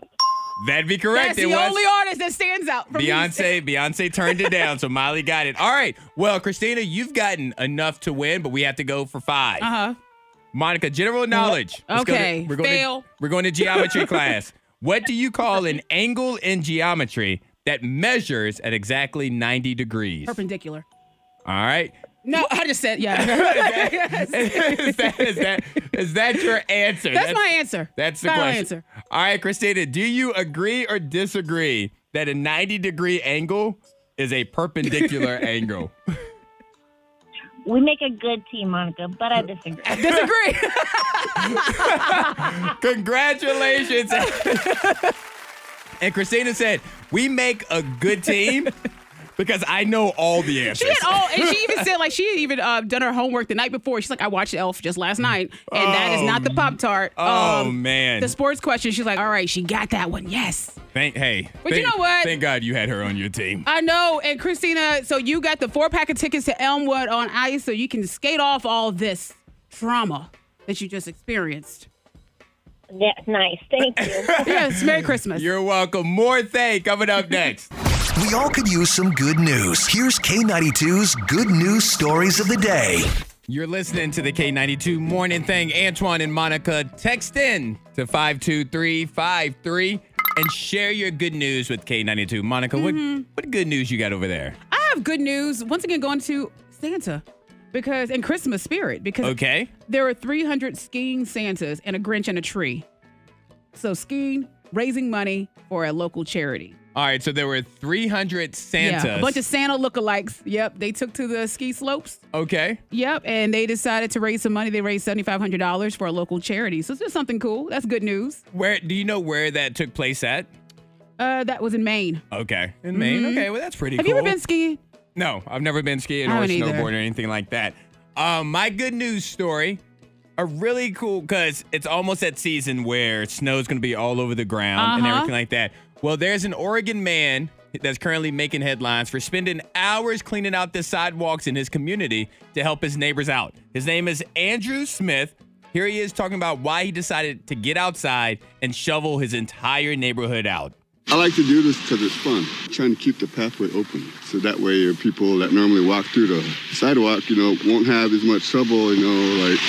[SPEAKER 4] That'd be correct.
[SPEAKER 5] That's
[SPEAKER 4] it
[SPEAKER 5] the
[SPEAKER 4] was
[SPEAKER 5] only artist that stands out. From
[SPEAKER 4] Beyonce.
[SPEAKER 5] *laughs*
[SPEAKER 4] Beyonce turned it down, so Miley got it. All right. Well, Christina, you've gotten enough to win, but we have to go for five.
[SPEAKER 5] Uh huh.
[SPEAKER 4] Monica, general knowledge. Let's go to-
[SPEAKER 5] Okay,
[SPEAKER 4] we're going
[SPEAKER 5] fail.
[SPEAKER 4] To, we're going to geometry class. What do you call an angle in geometry that measures at exactly 90 degrees?
[SPEAKER 5] Perpendicular.
[SPEAKER 4] All right. *laughs*
[SPEAKER 5] No, I just said yeah. *laughs* Yes.
[SPEAKER 4] is, that, is, that, is that your answer?
[SPEAKER 5] That's, my answer.
[SPEAKER 4] That's the
[SPEAKER 5] Final
[SPEAKER 4] question.
[SPEAKER 5] answer.
[SPEAKER 4] All right, Christina, do you agree or disagree that a 90 degree angle is a
[SPEAKER 5] *laughs*
[SPEAKER 4] perpendicular angle?
[SPEAKER 11] We make a good team, Monica, but I disagree.
[SPEAKER 4] *laughs*
[SPEAKER 5] *laughs* Disagree. *laughs*
[SPEAKER 4] Congratulations. and Christina said, We make a good team because I know all the
[SPEAKER 5] She
[SPEAKER 4] answers.
[SPEAKER 5] had all, and she even said like she had even uh, done her homework the night before. She's like, I watched Elf just last night, and that is
[SPEAKER 4] Oh,
[SPEAKER 5] not the Pop Tart. Um,
[SPEAKER 4] oh, man.
[SPEAKER 5] the sports question. She's like, all right, she got that one. Yes,
[SPEAKER 4] Thank, hey.
[SPEAKER 5] But you
[SPEAKER 4] thank-
[SPEAKER 5] know what?
[SPEAKER 4] Thank God you had her on your team.
[SPEAKER 5] I know. And Christina, so you got the four pack of tickets to Elmwood on ice, so you can skate off all this trauma that you just experienced.
[SPEAKER 11] That's nice. Thank you.
[SPEAKER 5] Yes,
[SPEAKER 4] *laughs*
[SPEAKER 5] Merry Christmas.
[SPEAKER 4] You're welcome. More thank coming up next.
[SPEAKER 10] We all could use some good news. Here's K92's good news stories of the day.
[SPEAKER 4] You're listening to the K92 Morning Thing. Antoine and Monica, text in to 52353 and share your good news with K92. Monica,
[SPEAKER 5] Mm-hmm.
[SPEAKER 4] what, what good news you got over there?
[SPEAKER 5] I have good news. Once again, going to Santa because and Christmas spirit because
[SPEAKER 4] Okay.
[SPEAKER 5] There are 300 skiing Santas and a Grinch and a tree. So skiing, raising money for a local charity.
[SPEAKER 4] All right, so there were 300 Santas.
[SPEAKER 5] Yeah, a bunch of Santa lookalikes. Yep, they took to the ski slopes.
[SPEAKER 4] Okay.
[SPEAKER 5] Yep, and they decided to raise some money. They raised $7,500 for a local charity. So it's just something cool. That's good news.
[SPEAKER 4] Where do you know where that took place at?
[SPEAKER 5] Uh, that was in Maine.
[SPEAKER 4] Okay. In Maine. Okay, well that's pretty
[SPEAKER 5] Mm-hmm. Have
[SPEAKER 4] cool.
[SPEAKER 5] you ever been skiing?
[SPEAKER 4] No, I've never been skiing
[SPEAKER 5] I
[SPEAKER 4] or
[SPEAKER 5] haven't either.
[SPEAKER 4] snowboarding or anything like that. Um, my good news story, a really cool because it's almost that season where snow's going to be all over the ground and
[SPEAKER 5] Uh-huh.
[SPEAKER 4] everything like that. Well, there's an Oregon man that's currently making headlines for spending hours cleaning out the sidewalks in his community to help his neighbors out. His name is Andrew Smith. Here he is talking about why he decided to get outside and shovel his entire neighborhood out.
[SPEAKER 8] I like to do this because it's fun. Trying to keep the pathway open, so that way your people that normally walk through the sidewalk, you know, won't have as much trouble, you know, like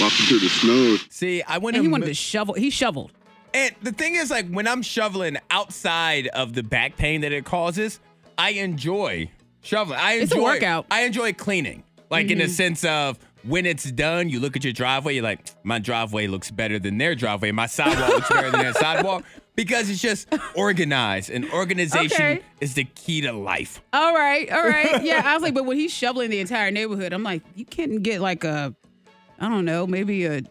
[SPEAKER 8] walking through the snow.
[SPEAKER 4] See, I want
[SPEAKER 5] And he wanted to shovel. He shoveled.
[SPEAKER 4] And the thing is, like, when I'm shoveling outside of the back pain that it causes, I enjoy shoveling. I enjoy
[SPEAKER 5] It's a workout. Mm-hmm.
[SPEAKER 4] I enjoy cleaning. Like in the sense of when it's done, you look at your driveway, you're like, my driveway looks better than their driveway. My sidewalk looks better
[SPEAKER 5] *laughs*
[SPEAKER 4] than their sidewalk. Because it's just organized. And organization
[SPEAKER 5] Okay.
[SPEAKER 4] is the key to life.
[SPEAKER 5] All right,
[SPEAKER 4] *laughs*
[SPEAKER 5] all right. Yeah, I was like, but when he's shoveling the entire neighborhood, I'm like, you can't get like a, I don't know, maybe a,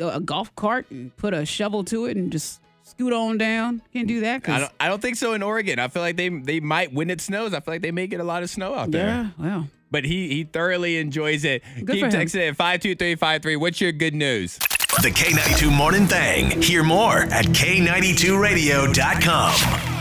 [SPEAKER 5] a, a golf cart and put a shovel to it and just scoot on down. Can't do that. 'cause-
[SPEAKER 4] I don't, I don't think so in Oregon. I feel like they they might when it snows. I feel like they may get a lot of snow out there.
[SPEAKER 5] yeah, well.
[SPEAKER 4] but he he thoroughly enjoys it.
[SPEAKER 5] Good
[SPEAKER 4] Keep
[SPEAKER 5] for him.
[SPEAKER 4] texting at five two three five three. What's your good news?
[SPEAKER 10] The K92 Morning Thing. Hear more at K92Radio.com.